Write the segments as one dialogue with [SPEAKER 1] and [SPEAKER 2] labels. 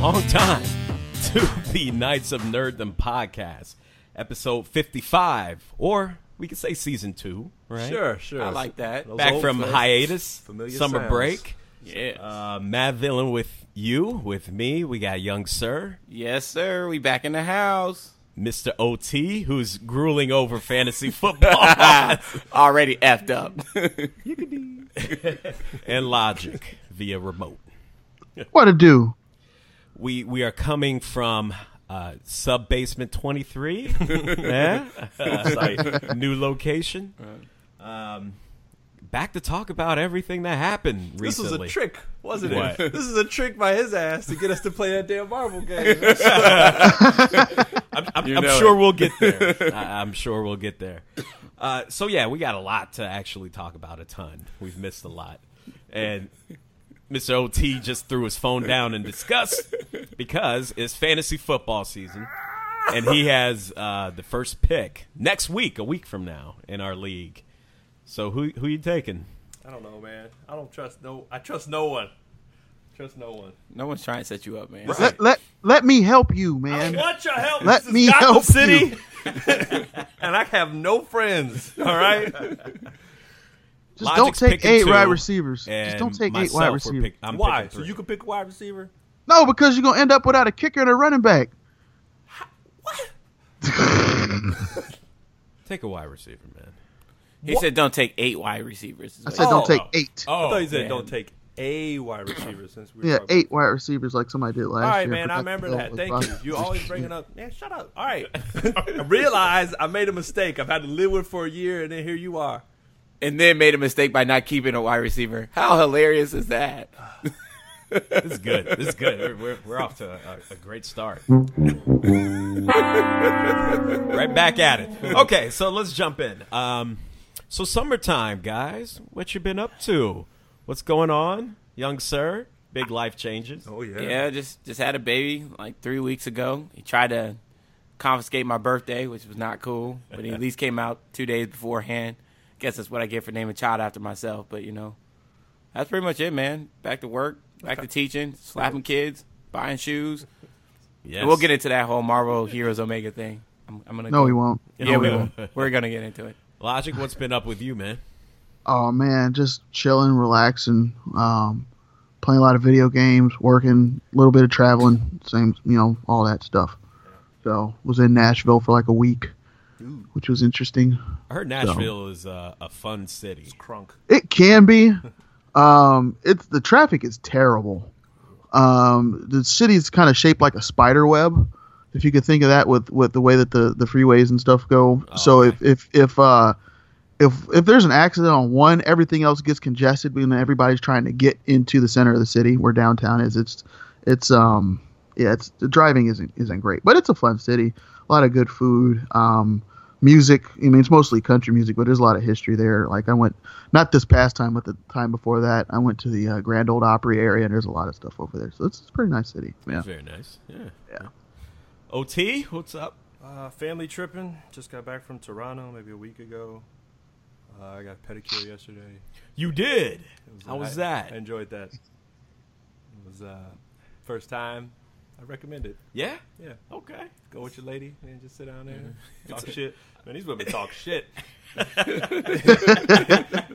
[SPEAKER 1] long time to the Knights of Nerddom podcast, episode 55, or we could say season two, right?
[SPEAKER 2] Sure, sure.
[SPEAKER 3] I like that.
[SPEAKER 2] Those
[SPEAKER 1] Back
[SPEAKER 2] old
[SPEAKER 1] from
[SPEAKER 2] folks.
[SPEAKER 1] hiatus,
[SPEAKER 2] Familiar
[SPEAKER 1] summer
[SPEAKER 2] sounds.
[SPEAKER 1] break.
[SPEAKER 3] Yeah.
[SPEAKER 1] Uh, Matt Villain with you, with me. We got young sir,
[SPEAKER 3] yes, sir. We back in the house.
[SPEAKER 1] Mr. OT, who's grueling over fantasy football,
[SPEAKER 3] Already effed up.
[SPEAKER 1] and Logic via remote.
[SPEAKER 4] What to do?
[SPEAKER 1] We we are coming from uh, sub basement 23, yeah? Uh, new location. Um, back to talk about everything that happened recently.
[SPEAKER 2] This was a trick, wasn't
[SPEAKER 1] What?
[SPEAKER 2] it? This is a trick by his ass to get us to play that damn Marvel game.
[SPEAKER 1] I'm, I'm,
[SPEAKER 3] You
[SPEAKER 1] I'm
[SPEAKER 3] know
[SPEAKER 1] sure
[SPEAKER 3] it.
[SPEAKER 1] we'll get there. I, I'm sure we'll get there. Uh, so yeah, we got a lot to actually talk about. A ton. We've missed a lot, and Mr. OT just threw his phone down in disgust because it's fantasy football season, and he has uh, the first pick next week, a week from now, in our league. So who who you taking?
[SPEAKER 2] I don't know, man. I don't trust no. I trust no one. Trust no one.
[SPEAKER 3] no one's trying to set you up, man.
[SPEAKER 4] Let, let let me help you, man.
[SPEAKER 2] want your help.
[SPEAKER 4] Let
[SPEAKER 2] This is
[SPEAKER 4] me
[SPEAKER 2] Gotham
[SPEAKER 4] help
[SPEAKER 2] City, and I have no friends. All right.
[SPEAKER 4] Just
[SPEAKER 1] Logic's
[SPEAKER 4] don't take
[SPEAKER 1] picking
[SPEAKER 4] eight
[SPEAKER 1] two,
[SPEAKER 4] wide receivers. Just
[SPEAKER 1] And
[SPEAKER 4] don't take eight
[SPEAKER 1] myself,
[SPEAKER 4] wide
[SPEAKER 1] we're
[SPEAKER 4] receivers.
[SPEAKER 1] pick- I'm
[SPEAKER 2] Why?
[SPEAKER 1] picking
[SPEAKER 2] So
[SPEAKER 1] three.
[SPEAKER 2] you could pick wide receiver.
[SPEAKER 4] no, because you're gonna end up without a kicker and a running back.
[SPEAKER 1] take a wide receiver, man.
[SPEAKER 3] He said don't take eight wide receivers. is
[SPEAKER 4] I
[SPEAKER 3] what
[SPEAKER 4] said
[SPEAKER 3] he
[SPEAKER 4] don't take
[SPEAKER 2] Oh.
[SPEAKER 4] eight.
[SPEAKER 1] Oh,
[SPEAKER 2] I thought you said
[SPEAKER 1] man.
[SPEAKER 2] don't take a wide receiver since we. Were
[SPEAKER 4] yeah,
[SPEAKER 2] talking-
[SPEAKER 4] eight wide receivers like somebody did last
[SPEAKER 2] All right,
[SPEAKER 4] year.
[SPEAKER 2] man.
[SPEAKER 4] but
[SPEAKER 2] I
[SPEAKER 4] that's
[SPEAKER 2] remember
[SPEAKER 4] all
[SPEAKER 2] that.
[SPEAKER 4] was
[SPEAKER 2] Thank you.
[SPEAKER 4] possible.
[SPEAKER 2] You always bringing up, man. Shut up. All right. I realize I made a mistake. I've had to live with it for a year, and then here you are.
[SPEAKER 3] And then made a mistake by not keeping a wide receiver. How hilarious is that?
[SPEAKER 1] This is good. This is good. We're, we're, we're off to a, a great start. right back at it. Okay, so let's jump in. Um, so summertime, guys. What you been up to? What's going on, young sir? Big life changes.
[SPEAKER 2] Oh yeah.
[SPEAKER 3] Yeah, just just had a baby like three weeks ago. He tried to confiscate my birthday, which was not cool. But he at least came out two days beforehand. Guess that's what I get for naming a child after myself. But you know, that's pretty much it, man. Back to work, back to teaching, slapping kids, buying shoes.
[SPEAKER 1] Yes.
[SPEAKER 3] And we'll get into that whole Marvel Heroes Omega thing. I'm, I'm gonna.
[SPEAKER 4] No,
[SPEAKER 3] go-
[SPEAKER 4] he won't.
[SPEAKER 3] Yeah, we
[SPEAKER 1] No,
[SPEAKER 3] will.
[SPEAKER 1] we won't.
[SPEAKER 3] We're gonna get into it.
[SPEAKER 1] Logic, what's been up with you, man?
[SPEAKER 4] Oh man, just chilling, relaxing, um, playing a lot of video games, working, a little bit of traveling, same, you know, all that stuff. So was in Nashville for like a week, which was interesting.
[SPEAKER 1] I heard Nashville is uh, a fun city.
[SPEAKER 2] Crunk.
[SPEAKER 4] It can be. Um, it's the traffic is terrible. Um, the city's kind of shaped like a spider web, if you could think of that with, with the way that the, the freeways and stuff go. so
[SPEAKER 1] okay.
[SPEAKER 4] if if if uh, if if there's an accident on one, everything else gets congested when everybody's trying to get into the center of the city where downtown is. It's it's um yeah, it's the driving isn't isn't great, but it's a fun city. A lot of good food, um, music. I mean, it's mostly country music, but there's a lot of history there. Like I went not this past time, but the time before that, I went to the uh, Grand Old Opry area, and there's a lot of stuff over there. So it's, it's a pretty nice city. Yeah.
[SPEAKER 1] Very nice. Yeah.
[SPEAKER 4] Yeah.
[SPEAKER 1] OT, what's up?
[SPEAKER 2] Uh, family tripping. Just got back from Toronto maybe a week ago. Uh, I got pedicure yesterday.
[SPEAKER 1] You did.
[SPEAKER 2] It
[SPEAKER 1] How was
[SPEAKER 2] I-
[SPEAKER 1] that?
[SPEAKER 2] I enjoyed that. It was uh, first time. I recommend it.
[SPEAKER 1] yeah.
[SPEAKER 2] Yeah.
[SPEAKER 1] Okay.
[SPEAKER 2] Go with your lady and just sit down there,
[SPEAKER 1] Mm-hmm.
[SPEAKER 2] talk shit. Man, these women talk shit.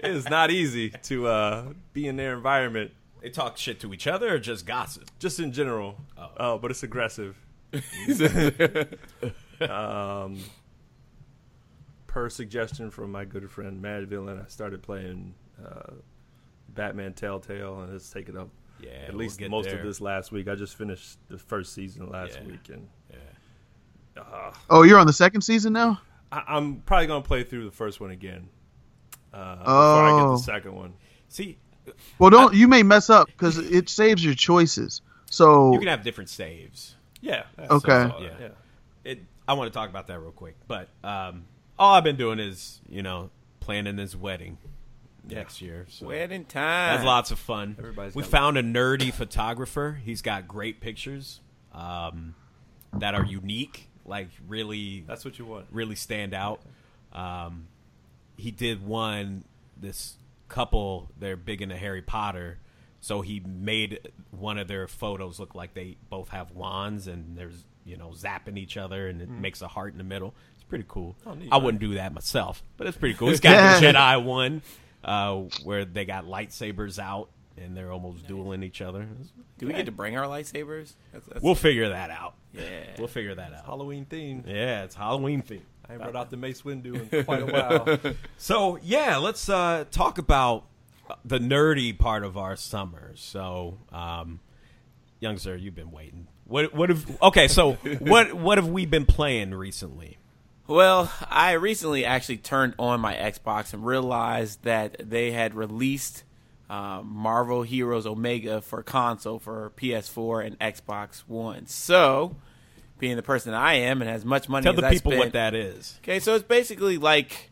[SPEAKER 2] it's not easy to uh, be in their environment,
[SPEAKER 1] They talk shit to each other or just gossip?
[SPEAKER 2] just in general. Oh, but it's aggressive. um, per suggestion from my good friend Mad Villain, I started playing uh, Batman Telltale, and it's taken up
[SPEAKER 1] Yeah.
[SPEAKER 2] at
[SPEAKER 1] we'll
[SPEAKER 2] least
[SPEAKER 1] get
[SPEAKER 2] most
[SPEAKER 1] there.
[SPEAKER 2] of this last week. I just finished the first season last
[SPEAKER 1] Yeah.
[SPEAKER 2] week, and
[SPEAKER 4] Oh, you're on the second season now.
[SPEAKER 2] I, I'm probably gonna play through the first one again uh, before I get
[SPEAKER 4] Oh.
[SPEAKER 2] the second one.
[SPEAKER 1] See,
[SPEAKER 4] Well, don't you may mess up because it saves your choices. So
[SPEAKER 1] you can have different saves.
[SPEAKER 2] Yeah. that's-
[SPEAKER 4] Okay.
[SPEAKER 2] that's all.
[SPEAKER 1] Yeah.
[SPEAKER 2] yeah.
[SPEAKER 1] It, I want to talk about that real quick, but um, all I've been doing is you know planning this wedding next year. So
[SPEAKER 3] Wedding
[SPEAKER 1] that's
[SPEAKER 3] time.
[SPEAKER 1] lots of fun.
[SPEAKER 2] Everybody's
[SPEAKER 1] we
[SPEAKER 2] got-
[SPEAKER 1] found a nerdy photographer. He's got great pictures um, that are unique, like really
[SPEAKER 2] That's what you want.
[SPEAKER 1] really stand out. Um, he did one. This couple, they're big into Harry Potter, So he made one of their photos look like they both have wands and there's you know zapping each other and it makes a heart in the middle. It's pretty cool.
[SPEAKER 2] neat.
[SPEAKER 1] I wouldn't do that myself, but it's pretty cool. It's got the Jedi one uh, where they got lightsabers out and they're almost dueling each other.
[SPEAKER 3] Do we get to bring our lightsabers? That's, that's,
[SPEAKER 1] We'll figure that out.
[SPEAKER 3] yeah.
[SPEAKER 1] We'll figure that out.
[SPEAKER 2] Halloween theme.
[SPEAKER 1] Yeah, it's Halloween theme.
[SPEAKER 2] I ain't brought out the Mace Windu in quite a while.
[SPEAKER 1] So yeah, let's uh, talk about the nerdy part of our summer. So, um, young sir, you've been waiting. What what have okay? So what what have we been playing recently?
[SPEAKER 3] Well, I recently actually turned on my Xbox and realized that they had released uh, Marvel Heroes Omega for console for PS4 and Xbox One. So, being the person that I am and as much money
[SPEAKER 1] Tell
[SPEAKER 3] as
[SPEAKER 1] the
[SPEAKER 3] I
[SPEAKER 1] people
[SPEAKER 3] spent,
[SPEAKER 1] what that is.
[SPEAKER 3] Okay, so it's basically like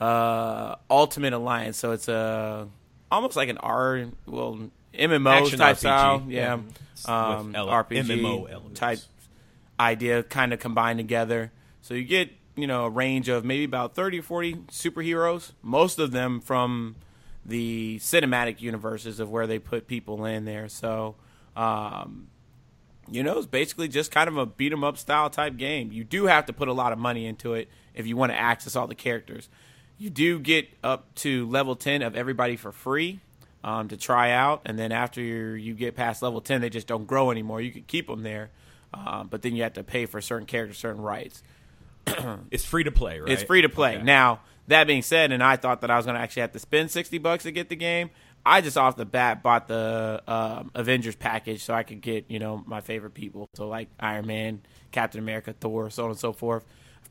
[SPEAKER 3] uh, Ultimate Alliance. So it's a almost like an R, well, MMO
[SPEAKER 1] Action
[SPEAKER 3] type
[SPEAKER 1] RPG.
[SPEAKER 3] style, yeah, um,
[SPEAKER 1] With L-
[SPEAKER 3] RPG
[SPEAKER 1] MMO elements.
[SPEAKER 3] type idea, kind of combined together. So you get you know a range of maybe about thirty or forty superheroes, most of them from the cinematic universes of where they put people in there. So. Um, you know, it's basically just kind of a beat 'em up style type game. You do have to put a lot of money into it if you want to access all the characters. You do get up to level 10 of everybody for free um, to try out, and then after you're, you get past level 10, they just don't grow anymore. You can keep them there, um, but then you have to pay for certain characters, certain rights.
[SPEAKER 1] It's free to play, right?
[SPEAKER 3] It's free to play.
[SPEAKER 1] Okay.
[SPEAKER 3] Now, that being said, and I thought that I was going to actually have to spend 60 bucks to get the game, I just off the bat bought the um, Avengers package so I could get, you know, my favorite people. So, like Iron Man, Captain America, Thor, so on and so forth.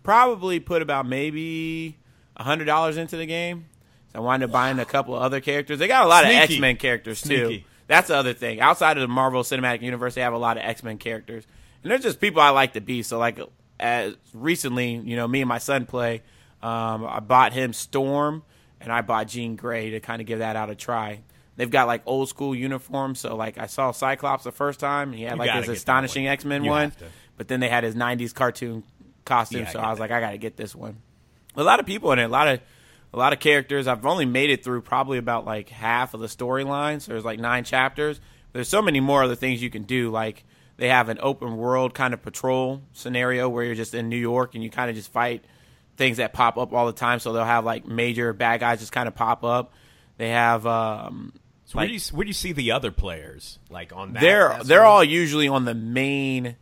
[SPEAKER 3] Probably put about maybe $100 into the game. So I wound up buying a couple of other characters. They got a lot of
[SPEAKER 1] Sneaky.
[SPEAKER 3] X Men characters,
[SPEAKER 1] Sneaky.
[SPEAKER 3] too. That's the other thing. Outside of the Marvel Cinematic Universe, they have a lot of X Men characters, and they're just people I like to be. So, like, as recently, you know, me and my son play. Um, I bought him Storm, and I bought Jean Grey to kind of give that out a try. They've got like old school uniforms. So, like, I saw Cyclops the first time, and he had
[SPEAKER 1] You
[SPEAKER 3] like
[SPEAKER 1] gotta
[SPEAKER 3] his
[SPEAKER 1] get that
[SPEAKER 3] astonishing
[SPEAKER 1] one.
[SPEAKER 3] X Men
[SPEAKER 1] You
[SPEAKER 3] one,
[SPEAKER 1] have to.
[SPEAKER 3] but then they had his '90s cartoon costume.
[SPEAKER 1] Yeah, I
[SPEAKER 3] so
[SPEAKER 1] get
[SPEAKER 3] I was
[SPEAKER 1] that.
[SPEAKER 3] like, I got to get this one a lot of people in it, a lot of a lot of characters. I've only made it through probably about like half of the storyline. So there's like nine chapters. There's so many more other things you can do. Like they have an open world kind of patrol scenario where you're just in New York and you kind of just fight things that pop up all the time. So they'll have like major bad guys just kind of pop up. They have um,
[SPEAKER 1] So where, do you, where do you see the other players? Like on that?
[SPEAKER 3] they're
[SPEAKER 1] that's
[SPEAKER 3] they're
[SPEAKER 1] cool.
[SPEAKER 3] all usually on the main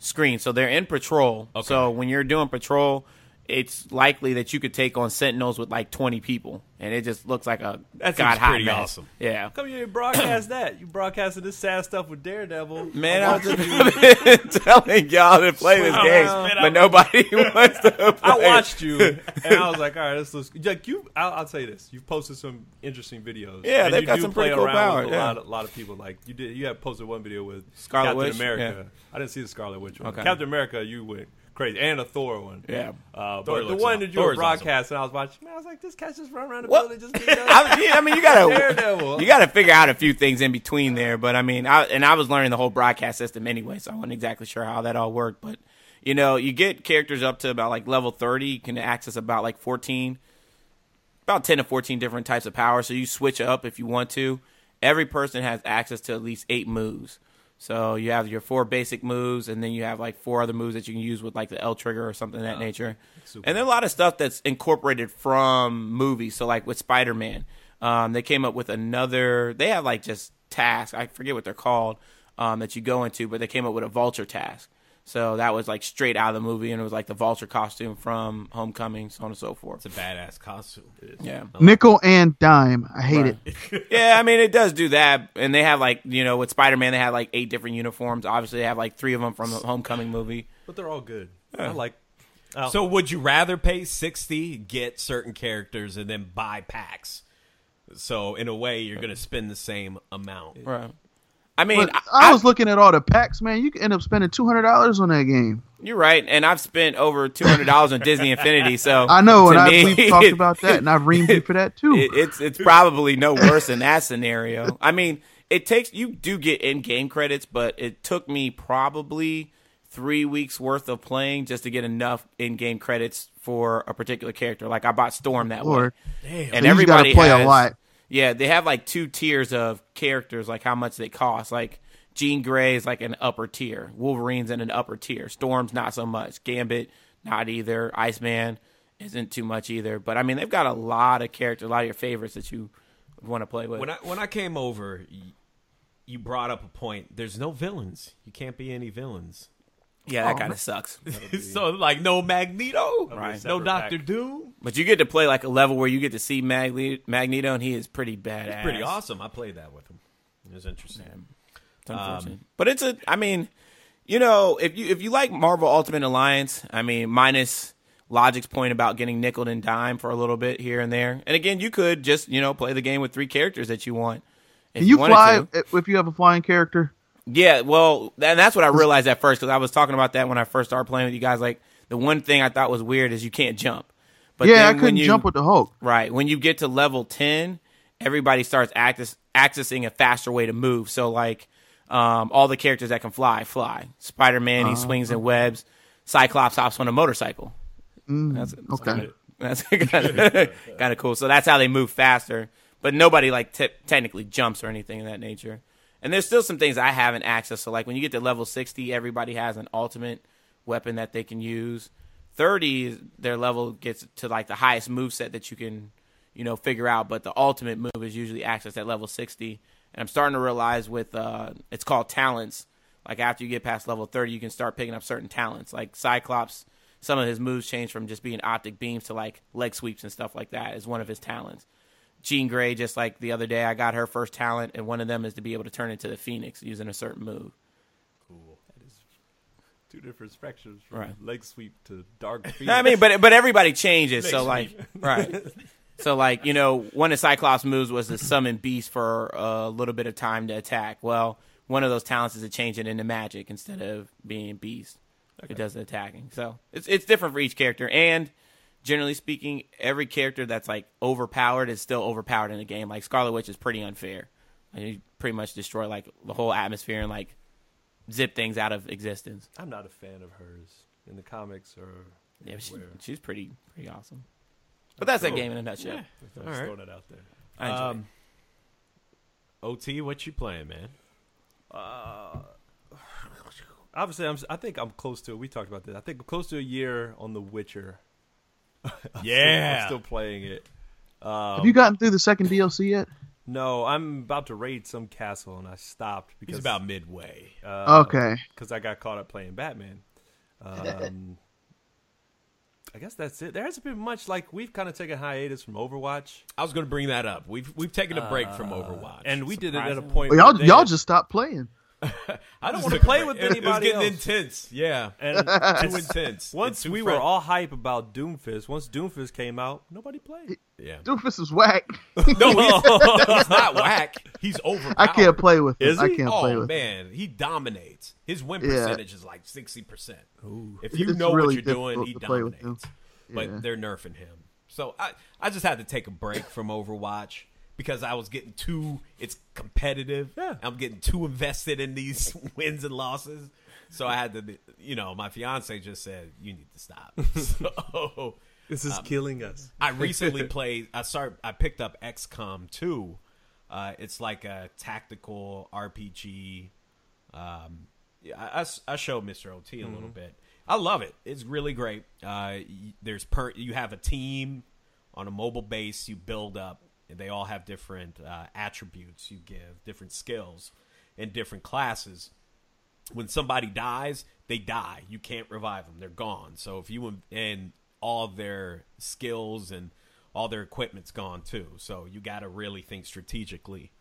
[SPEAKER 3] screen, so they're in patrol. So when you're doing patrol, it's likely that you could take on sentinels with like 20 people, and it just looks like a
[SPEAKER 1] That seems
[SPEAKER 3] god hot
[SPEAKER 1] pretty
[SPEAKER 3] mess.
[SPEAKER 1] awesome.
[SPEAKER 3] Yeah,
[SPEAKER 2] How come you didn't broadcast that? You broadcasted this sad stuff with Daredevil.
[SPEAKER 3] man, I was just telling y'all to play this
[SPEAKER 1] Wow.
[SPEAKER 3] game,
[SPEAKER 1] Man, I-
[SPEAKER 3] but nobody wants to. Play.
[SPEAKER 2] I watched you, and I was like, "All right, this looks like you." I'll, I'll tell you this: you've posted some interesting videos.
[SPEAKER 3] Yeah,
[SPEAKER 2] and
[SPEAKER 3] they've
[SPEAKER 2] you
[SPEAKER 3] got
[SPEAKER 2] do
[SPEAKER 3] some
[SPEAKER 2] play
[SPEAKER 3] pretty cool
[SPEAKER 2] around
[SPEAKER 3] power,
[SPEAKER 2] With a
[SPEAKER 3] yeah.
[SPEAKER 2] lot, of, lot of people like you did. You had posted one video with
[SPEAKER 3] Scarlet
[SPEAKER 2] Captain
[SPEAKER 3] Witch,
[SPEAKER 2] America. I didn't see the Scarlet Witch one.
[SPEAKER 3] Okay.
[SPEAKER 2] Captain America, you went crazy, and a Thor one.
[SPEAKER 3] Yeah.
[SPEAKER 2] uh,
[SPEAKER 1] Thor
[SPEAKER 2] but the
[SPEAKER 1] looks
[SPEAKER 2] one
[SPEAKER 1] awesome.
[SPEAKER 2] that you
[SPEAKER 1] Thor
[SPEAKER 2] were
[SPEAKER 1] is awesome.
[SPEAKER 2] broadcasting, I was watching. Man, I was like, "This cat just run around the
[SPEAKER 3] What?
[SPEAKER 2] building, just beat up."
[SPEAKER 3] I, yeah, I mean, you gotta
[SPEAKER 2] Daredevil.
[SPEAKER 3] you gotta figure out a few things in between there. But I mean, I and I was learning the whole broadcast system anyway, so I wasn't exactly sure how that all worked. But you know, you get characters up to about like level thirty, you can access about like fourteen, about ten to fourteen different types of power. So you switch up if you want to. Every person has access to at least eight moves. So you have your four basic moves, and then you have like four other moves that you can use with like the L trigger or something of
[SPEAKER 1] Oh,
[SPEAKER 3] that nature. And then a lot of stuff that's incorporated from movies. So like with Spider Man, um, they came up with another. They have like just tasks. I forget what they're called um, that you go into, but they came up with a vulture task. So that was like straight out of the movie, and it was like the vulture costume from Homecoming, so on and so forth.
[SPEAKER 1] It's a badass costume.
[SPEAKER 3] Yeah.
[SPEAKER 4] Nickel and dime. I hate it.
[SPEAKER 3] Yeah, I mean it does do that, and they have like you know with Spider Man they had like eight different uniforms. Obviously, they have like three of them from the Homecoming movie.
[SPEAKER 2] But they're all good. I like.
[SPEAKER 1] So would you rather pay sixty, get certain characters, and then buy packs? So in a way, you're going to spend the same amount.
[SPEAKER 3] Right. I mean,
[SPEAKER 4] But I was looking at all the packs, man. You could end up spending two hundred dollars on that game.
[SPEAKER 3] you're right, and I've spent over two hundred dollars on Disney Infinity, so
[SPEAKER 4] I know,
[SPEAKER 3] to
[SPEAKER 4] and I,
[SPEAKER 3] me,
[SPEAKER 4] we've talked about that, and I've reamed you for that too.
[SPEAKER 3] it, it's it's probably no worse than that scenario. I mean, it takes you do get in game credits, but it took me probably three weeks worth of playing just to get enough in game credits for a particular character. Like I bought Storm that
[SPEAKER 4] Lord.
[SPEAKER 3] way,
[SPEAKER 4] So you just gotta play a lot.
[SPEAKER 3] Yeah, they have like two tiers of characters, like how much they cost. Like Jean Grey is like an upper tier, Wolverine's in an upper tier, Storm's not so much, Gambit not either, Iceman isn't too much either. But I mean, they've got a lot of characters, a lot of your favorites that you want to play with.
[SPEAKER 1] When I when I came over, y- you brought up a point. There's no villains. You can't be any villains.
[SPEAKER 3] yeah,
[SPEAKER 1] Oh,
[SPEAKER 3] that kind of sucks.
[SPEAKER 1] so like no Magneto,
[SPEAKER 3] Right.
[SPEAKER 1] No
[SPEAKER 2] separate
[SPEAKER 1] Doctor
[SPEAKER 2] pack.
[SPEAKER 1] Doom.
[SPEAKER 3] But you get to play like a level where you get to see Magne- Magneto, and he is pretty badass.
[SPEAKER 1] Pretty awesome. I played that with him. It was interesting.
[SPEAKER 3] It's unfortunate. Um, but it's a. I mean, you know, if you if you like Marvel Ultimate Alliance, I mean, minus Logic's point about getting nickled and dime for a little bit here and there. And again, you could just you know play the game with three characters that you want. If
[SPEAKER 4] Can you
[SPEAKER 3] wanted
[SPEAKER 4] fly
[SPEAKER 3] to.
[SPEAKER 4] if if you have a flying character?
[SPEAKER 3] Yeah, well, and that's what I realized at first because I was talking about that when I first started playing with you guys. Like the one thing I thought was weird is you can't jump. But
[SPEAKER 4] yeah, I
[SPEAKER 3] then when
[SPEAKER 4] couldn't
[SPEAKER 3] you-
[SPEAKER 4] jump with the Hulk.
[SPEAKER 3] Right. When you get to level 10, everybody starts access, accessing a faster way to move. So, like, um, all the characters that can fly, fly. Spider Man, he swings in webs. Cyclops hops on a motorcycle. that's,
[SPEAKER 4] Okay.
[SPEAKER 3] that's kind of cool. So, that's how they move faster. But nobody, like, te- technically jumps or anything of that nature. And there's still some things I haven't accessed. So, like, when you get to level 60, everybody has an ultimate weapon that they can use. 30 is- their level gets to like the highest move set that you can you know figure out but the ultimate move is usually accessed at level 60 and i'm starting to realize with uh it's called talents like after you get past level 30 you can start picking up certain talents like cyclops some of his moves change from just being optic beams to like leg sweeps and stuff like that is one of his talents Jean Grey, just like the other day, I got her first talent, and one of them is to be able to turn into the Phoenix using a certain move.
[SPEAKER 2] Cool. That is two different spectrums from
[SPEAKER 3] Right.
[SPEAKER 2] leg sweep to dark
[SPEAKER 3] No, I mean, but but everybody changes. so like, right. So like, you know, one of Cyclops' moves was to summon beasts for a little bit of time to attack. Well, one of those talents is to change it into magic instead of being beast. It does the attacking. So it's it's different for each character, and generally speaking, every character that's like overpowered is still overpowered in the game. Like Scarlet Witch is pretty unfair. Like, you pretty much destroy like the whole atmosphere and like zip things out of existence.
[SPEAKER 2] I'm not a fan of hers in the comics or
[SPEAKER 3] Yeah, but she,
[SPEAKER 2] anywhere.
[SPEAKER 3] she's pretty pretty awesome. But that's that
[SPEAKER 1] Cool.
[SPEAKER 3] game in a nutshell.
[SPEAKER 2] I'm
[SPEAKER 1] All
[SPEAKER 2] just
[SPEAKER 1] right.
[SPEAKER 2] throwing that out there.
[SPEAKER 3] I enjoy
[SPEAKER 1] Um, OT, what you playing, man?
[SPEAKER 2] Obviously, I'm. s- I think I'm close to it. We talked about this. I think I'm close to a year on The Witcher. I'm still playing it.
[SPEAKER 4] have you gotten through the second DLC yet?
[SPEAKER 2] No, I'm about to raid some castle, and I stopped because
[SPEAKER 1] He's about midway.
[SPEAKER 3] Uh,
[SPEAKER 4] okay.
[SPEAKER 2] because I got caught up playing Batman. Um, I guess that's it. There hasn't been much. Like we've kind of taken hiatus from Overwatch,
[SPEAKER 1] I was going to bring that up. We've we've taken a break from Overwatch,
[SPEAKER 2] Uh, and we did it at a
[SPEAKER 3] Surprisingly.
[SPEAKER 2] point.
[SPEAKER 4] Well, y'all
[SPEAKER 2] where they-
[SPEAKER 4] y'all just stopped playing.
[SPEAKER 1] I don't want to
[SPEAKER 2] play with
[SPEAKER 1] It was
[SPEAKER 2] anybody
[SPEAKER 1] getting
[SPEAKER 2] else.
[SPEAKER 1] intense. Yeah,
[SPEAKER 2] and
[SPEAKER 1] too intense.
[SPEAKER 2] once
[SPEAKER 1] And too
[SPEAKER 2] we
[SPEAKER 1] fri-
[SPEAKER 2] were all hype about Doomfist, once Doomfist came out, nobody played.
[SPEAKER 1] yeah.
[SPEAKER 4] Doofus is whack.
[SPEAKER 1] No, he's, he's not whack. He's overpowered.
[SPEAKER 4] I can't play with him.
[SPEAKER 2] Is
[SPEAKER 4] I
[SPEAKER 2] he?
[SPEAKER 4] can't play
[SPEAKER 1] Oh
[SPEAKER 4] with. him.
[SPEAKER 1] man, he dominates. His win
[SPEAKER 4] Yeah.
[SPEAKER 1] percentage is like sixty percent. If you
[SPEAKER 4] It's
[SPEAKER 1] know
[SPEAKER 4] really
[SPEAKER 1] what you're doing,
[SPEAKER 4] difficult
[SPEAKER 1] he
[SPEAKER 4] to play with
[SPEAKER 1] dominates.
[SPEAKER 4] him. Yeah.
[SPEAKER 1] But they're nerfing him. So I, I just had to take a break from Overwatch because I was getting too it's competitive.
[SPEAKER 2] Yeah.
[SPEAKER 1] I'm getting too invested in these wins and losses. So I had to you know, my fiance just said, You need to stop. So
[SPEAKER 2] This
[SPEAKER 4] Um,
[SPEAKER 2] is killing us.
[SPEAKER 1] I recently played. I started. I picked up XCOM 2. Uh, it's like a tactical RPG. Um, yeah, I- I, s- I showed Mr. OT a little bit. I love it. It's really great. Uh, y- there's per you have a team on a mobile base. You build up, and they all have different uh, attributes. You give different skills and different classes when somebody dies, they die. You can't revive them; they're gone. So if you and all their skills and all their equipment's gone too. So you got to really think strategically.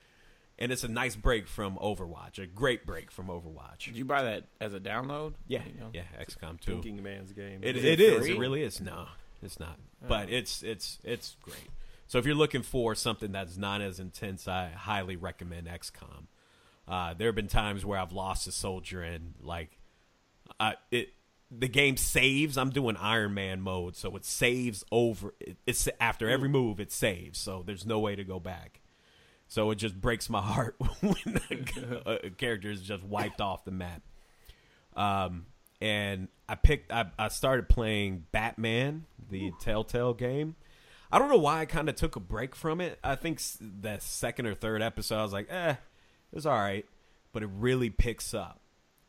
[SPEAKER 1] And it's a nice break from Overwatch, a great break from Overwatch.
[SPEAKER 3] Did you buy that as a download?
[SPEAKER 1] Yeah,
[SPEAKER 3] You know?
[SPEAKER 1] yeah, XCOM two.
[SPEAKER 2] Thinking man's game.
[SPEAKER 1] It,
[SPEAKER 2] Is
[SPEAKER 1] it is.
[SPEAKER 3] free?
[SPEAKER 1] It really is. No, it's not. But it's it's it's great. So if you're looking for something that's not as intense, I highly recommend XCOM. Uh, there have been times where I've lost a soldier and like, I it the game saves. I'm doing Iron Man mode, so it saves over. It, it's after every move, it saves. So there's no way to go back. So it just breaks my heart when a, a character is just wiped off the map um, and I picked. I, I started playing Batman, the Telltale game. I don't know why I kind of took a break from it. I think s- the second or third episode, I was like, eh, it was all right, but it really picks up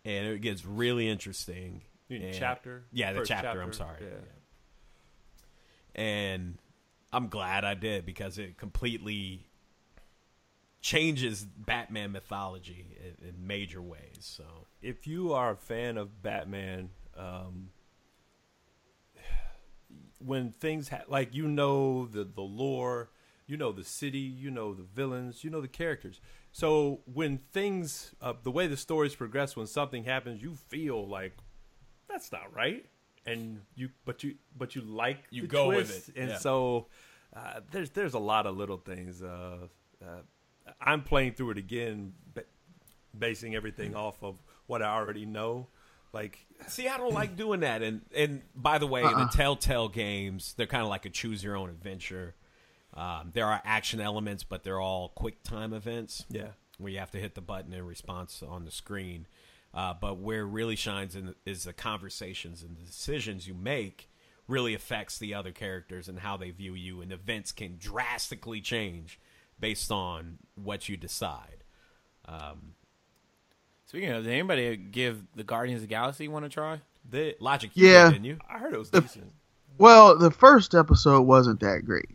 [SPEAKER 1] and it gets really interesting.
[SPEAKER 2] You mean
[SPEAKER 1] And-
[SPEAKER 2] chapter?
[SPEAKER 1] yeah, the
[SPEAKER 2] First
[SPEAKER 1] chapter, I'm sorry,
[SPEAKER 2] Yeah.
[SPEAKER 1] and I'm glad I did because it completely changes Batman mythology in, in major ways. So
[SPEAKER 2] If you are a fan of Batman, um, when things ha- like you know the the lore, you know the city, you know the villains, you know the characters. So when things, uh, the way the stories progress, when something happens, you feel like that's not right, and you but you but you like
[SPEAKER 1] You
[SPEAKER 2] the
[SPEAKER 1] go with
[SPEAKER 2] twist,
[SPEAKER 1] it,
[SPEAKER 2] and
[SPEAKER 1] yeah.
[SPEAKER 2] so uh, there's there's a lot of little things. Uh, uh, I'm playing through it again, ba- basing everything
[SPEAKER 1] Mm.
[SPEAKER 2] off of what I already know. Like
[SPEAKER 1] See, I don't like doing that. And and by the way, the Telltale games, they're kind of like a choose your own adventure. Um, there are action elements, but they're all quick time events.
[SPEAKER 2] Yeah.
[SPEAKER 1] where you have to hit the button in response on the screen. Uh, but where it really shines in is the conversations and the decisions you make really affects the other characters and how they view you, and events can drastically change based on what you decide.
[SPEAKER 3] Speaking of, did anybody give the Guardians of the Galaxy one a try?
[SPEAKER 2] they,
[SPEAKER 1] Logic, you did,
[SPEAKER 4] Yeah.
[SPEAKER 1] didn't you?
[SPEAKER 2] I heard it was decent.
[SPEAKER 4] Well, the first episode wasn't that great.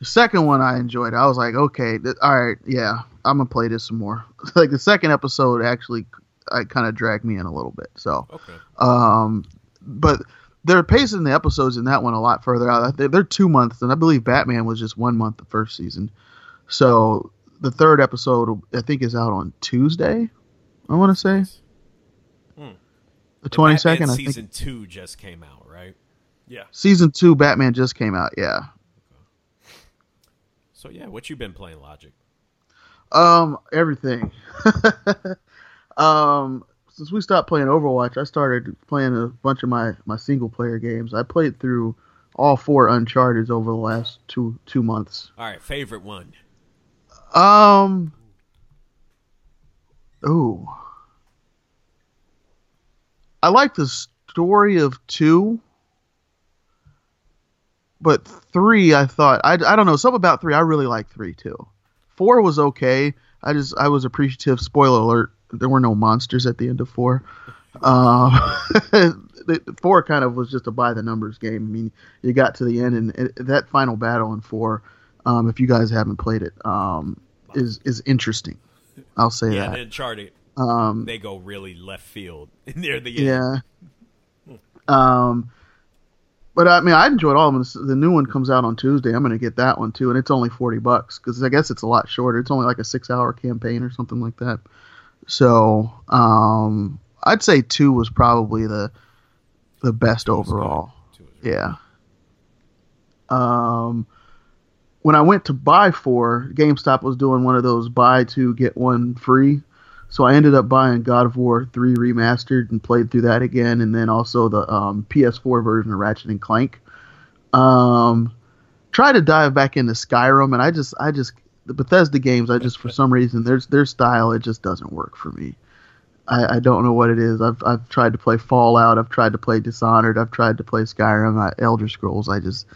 [SPEAKER 4] The second one I enjoyed. I was like, okay, th- all right, yeah, I'm gonna play this some more. like the second episode actually, I kind of dragged me in a little bit. So,
[SPEAKER 1] Okay.
[SPEAKER 4] um, but they're pacing the episodes in that one a lot further out. I think They're two months, and I believe Batman was just one month the first season. So the third episode, I think, is out on Tuesday. I want to say the twenty second. I think
[SPEAKER 1] Season two just came out, right?
[SPEAKER 2] Yeah.
[SPEAKER 4] season two Batman just came out. Yeah.
[SPEAKER 1] So yeah, what you been playing, Logic?
[SPEAKER 4] Um, everything. um, since we stopped playing Overwatch, I started playing a bunch of my my single player games. I played through all four Uncharted over the last two two months.
[SPEAKER 1] All right, favorite one.
[SPEAKER 4] Um. Ooh. I like the story of two, but three, I thought I, I don't know something about three. I really like three too. Four was okay. I just I was appreciative. Spoiler alert: there were no monsters at the end of four. Uh, the- four kind of was just a by the numbers game. I mean, you got to the end, and it, that final battle in four, um, if you guys haven't played it, um, is is interesting. I'll say
[SPEAKER 1] Yeah,
[SPEAKER 4] that.
[SPEAKER 1] and Uncharted. Um, they go really left field near the end.
[SPEAKER 4] Yeah. Um, but I mean, I enjoyed all of them. This- The new one comes out on Tuesday. I'm going to get that one too, and it's only forty bucks because I guess it's a lot shorter. It's only like a six-hour campaign or something like that. So um, I'd say two was probably the the best overall.
[SPEAKER 1] Two is-
[SPEAKER 4] Yeah. Um, when I went to buy four, GameStop was doing one of those buy two get one free. So I ended up buying God of War three remastered and played through that again, and then also the um, PS4 version of Ratchet and Clank. Um, try to dive back into Skyrim, and I just, I just the Bethesda games, I just for some reason their their style it just doesn't work for me. I, I don't know what it is. I've I've tried to play Fallout. I've tried to play Dishonored. I've tried to play Skyrim. I, Elder Scrolls. I just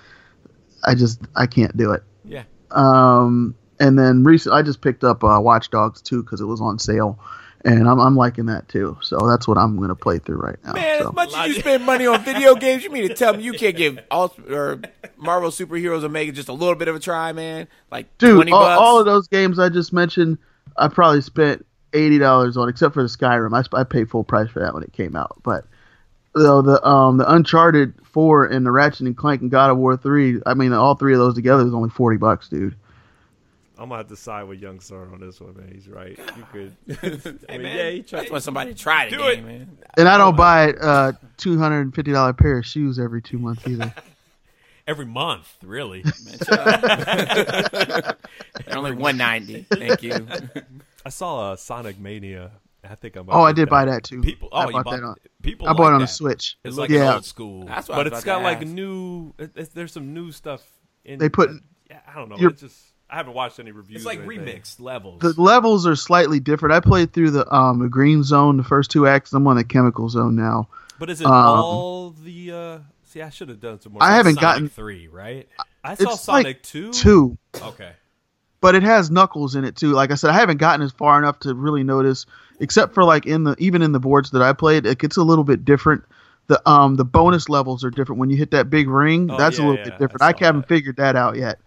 [SPEAKER 4] I just I can't do it.
[SPEAKER 1] Yeah.
[SPEAKER 4] Um, and then recent I just picked up uh, Watch Dogs 2 because it was on sale, and I'm I'm liking that too. So that's what I'm gonna play through right now.
[SPEAKER 3] Man,
[SPEAKER 4] so.
[SPEAKER 3] as much as you spend money on video games, you mean to tell me you can't give all or Marvel superheroes Omega just a little bit of a try, man? Like
[SPEAKER 4] dude,
[SPEAKER 3] twenty
[SPEAKER 4] all,
[SPEAKER 3] bucks.
[SPEAKER 4] all of those games I just mentioned, I probably spent eighty dollars on, except for the Skyrim. I, sp- I paid full price for that when it came out. But though the um the Uncharted four and the Ratchet and Clank and God of War three, I mean, all three of those together is only forty bucks, dude.
[SPEAKER 2] I'm gonna have to side with Young Sir on this one, man. He's right. You could. I mean,
[SPEAKER 1] man.
[SPEAKER 2] yeah, he tried.
[SPEAKER 3] That's when somebody tried the
[SPEAKER 1] Do it.
[SPEAKER 3] game, man.
[SPEAKER 4] And I
[SPEAKER 1] Oh,
[SPEAKER 4] don't buy uh two hundred and fifty dollar pair of shoes every two months either.
[SPEAKER 1] Every month, really.
[SPEAKER 3] They're only one ninety. Thank you.
[SPEAKER 2] I saw a Sonic Mania. I think I'm.
[SPEAKER 4] oh, I did buy that too.
[SPEAKER 1] People, oh,
[SPEAKER 4] I
[SPEAKER 1] you
[SPEAKER 4] bought
[SPEAKER 1] bought
[SPEAKER 4] that on.
[SPEAKER 1] people.
[SPEAKER 4] I bought
[SPEAKER 1] like
[SPEAKER 4] it on
[SPEAKER 1] that.
[SPEAKER 4] a Switch.
[SPEAKER 1] It's like an
[SPEAKER 4] yeah,
[SPEAKER 1] old school.
[SPEAKER 3] That's what I
[SPEAKER 2] But
[SPEAKER 3] was
[SPEAKER 2] it's
[SPEAKER 3] about
[SPEAKER 2] got
[SPEAKER 3] to
[SPEAKER 2] like
[SPEAKER 3] ask.
[SPEAKER 2] new. It, it, there's some new stuff. in
[SPEAKER 4] They put-
[SPEAKER 2] Yeah, I don't know.
[SPEAKER 4] You're-
[SPEAKER 2] It's just I haven't watched any reviews.
[SPEAKER 1] It's like
[SPEAKER 2] or anything.
[SPEAKER 1] remixed levels.
[SPEAKER 4] the levels are slightly different. I played through the um the green zone, the first two acts. I'm on the chemical zone now.
[SPEAKER 2] But is it
[SPEAKER 4] Um,
[SPEAKER 2] all the? uh See, I should have done some more.
[SPEAKER 4] I haven't
[SPEAKER 1] Sonic
[SPEAKER 4] gotten-
[SPEAKER 1] three, right?
[SPEAKER 2] I saw
[SPEAKER 4] it's
[SPEAKER 2] Sonic
[SPEAKER 4] like
[SPEAKER 2] Two.
[SPEAKER 4] two,
[SPEAKER 1] Okay.
[SPEAKER 4] but it has Knuckles in it too. Like I said, I haven't gotten as far enough to really notice, except for like in the even in the boards that I played, it gets a little bit different. The um the bonus levels are different when you hit that big ring.
[SPEAKER 2] Oh,
[SPEAKER 4] that's
[SPEAKER 2] yeah,
[SPEAKER 4] a little
[SPEAKER 2] yeah,
[SPEAKER 4] bit different.
[SPEAKER 2] I
[SPEAKER 4] I,
[SPEAKER 2] saw
[SPEAKER 4] haven't
[SPEAKER 2] that.
[SPEAKER 4] figured that out yet.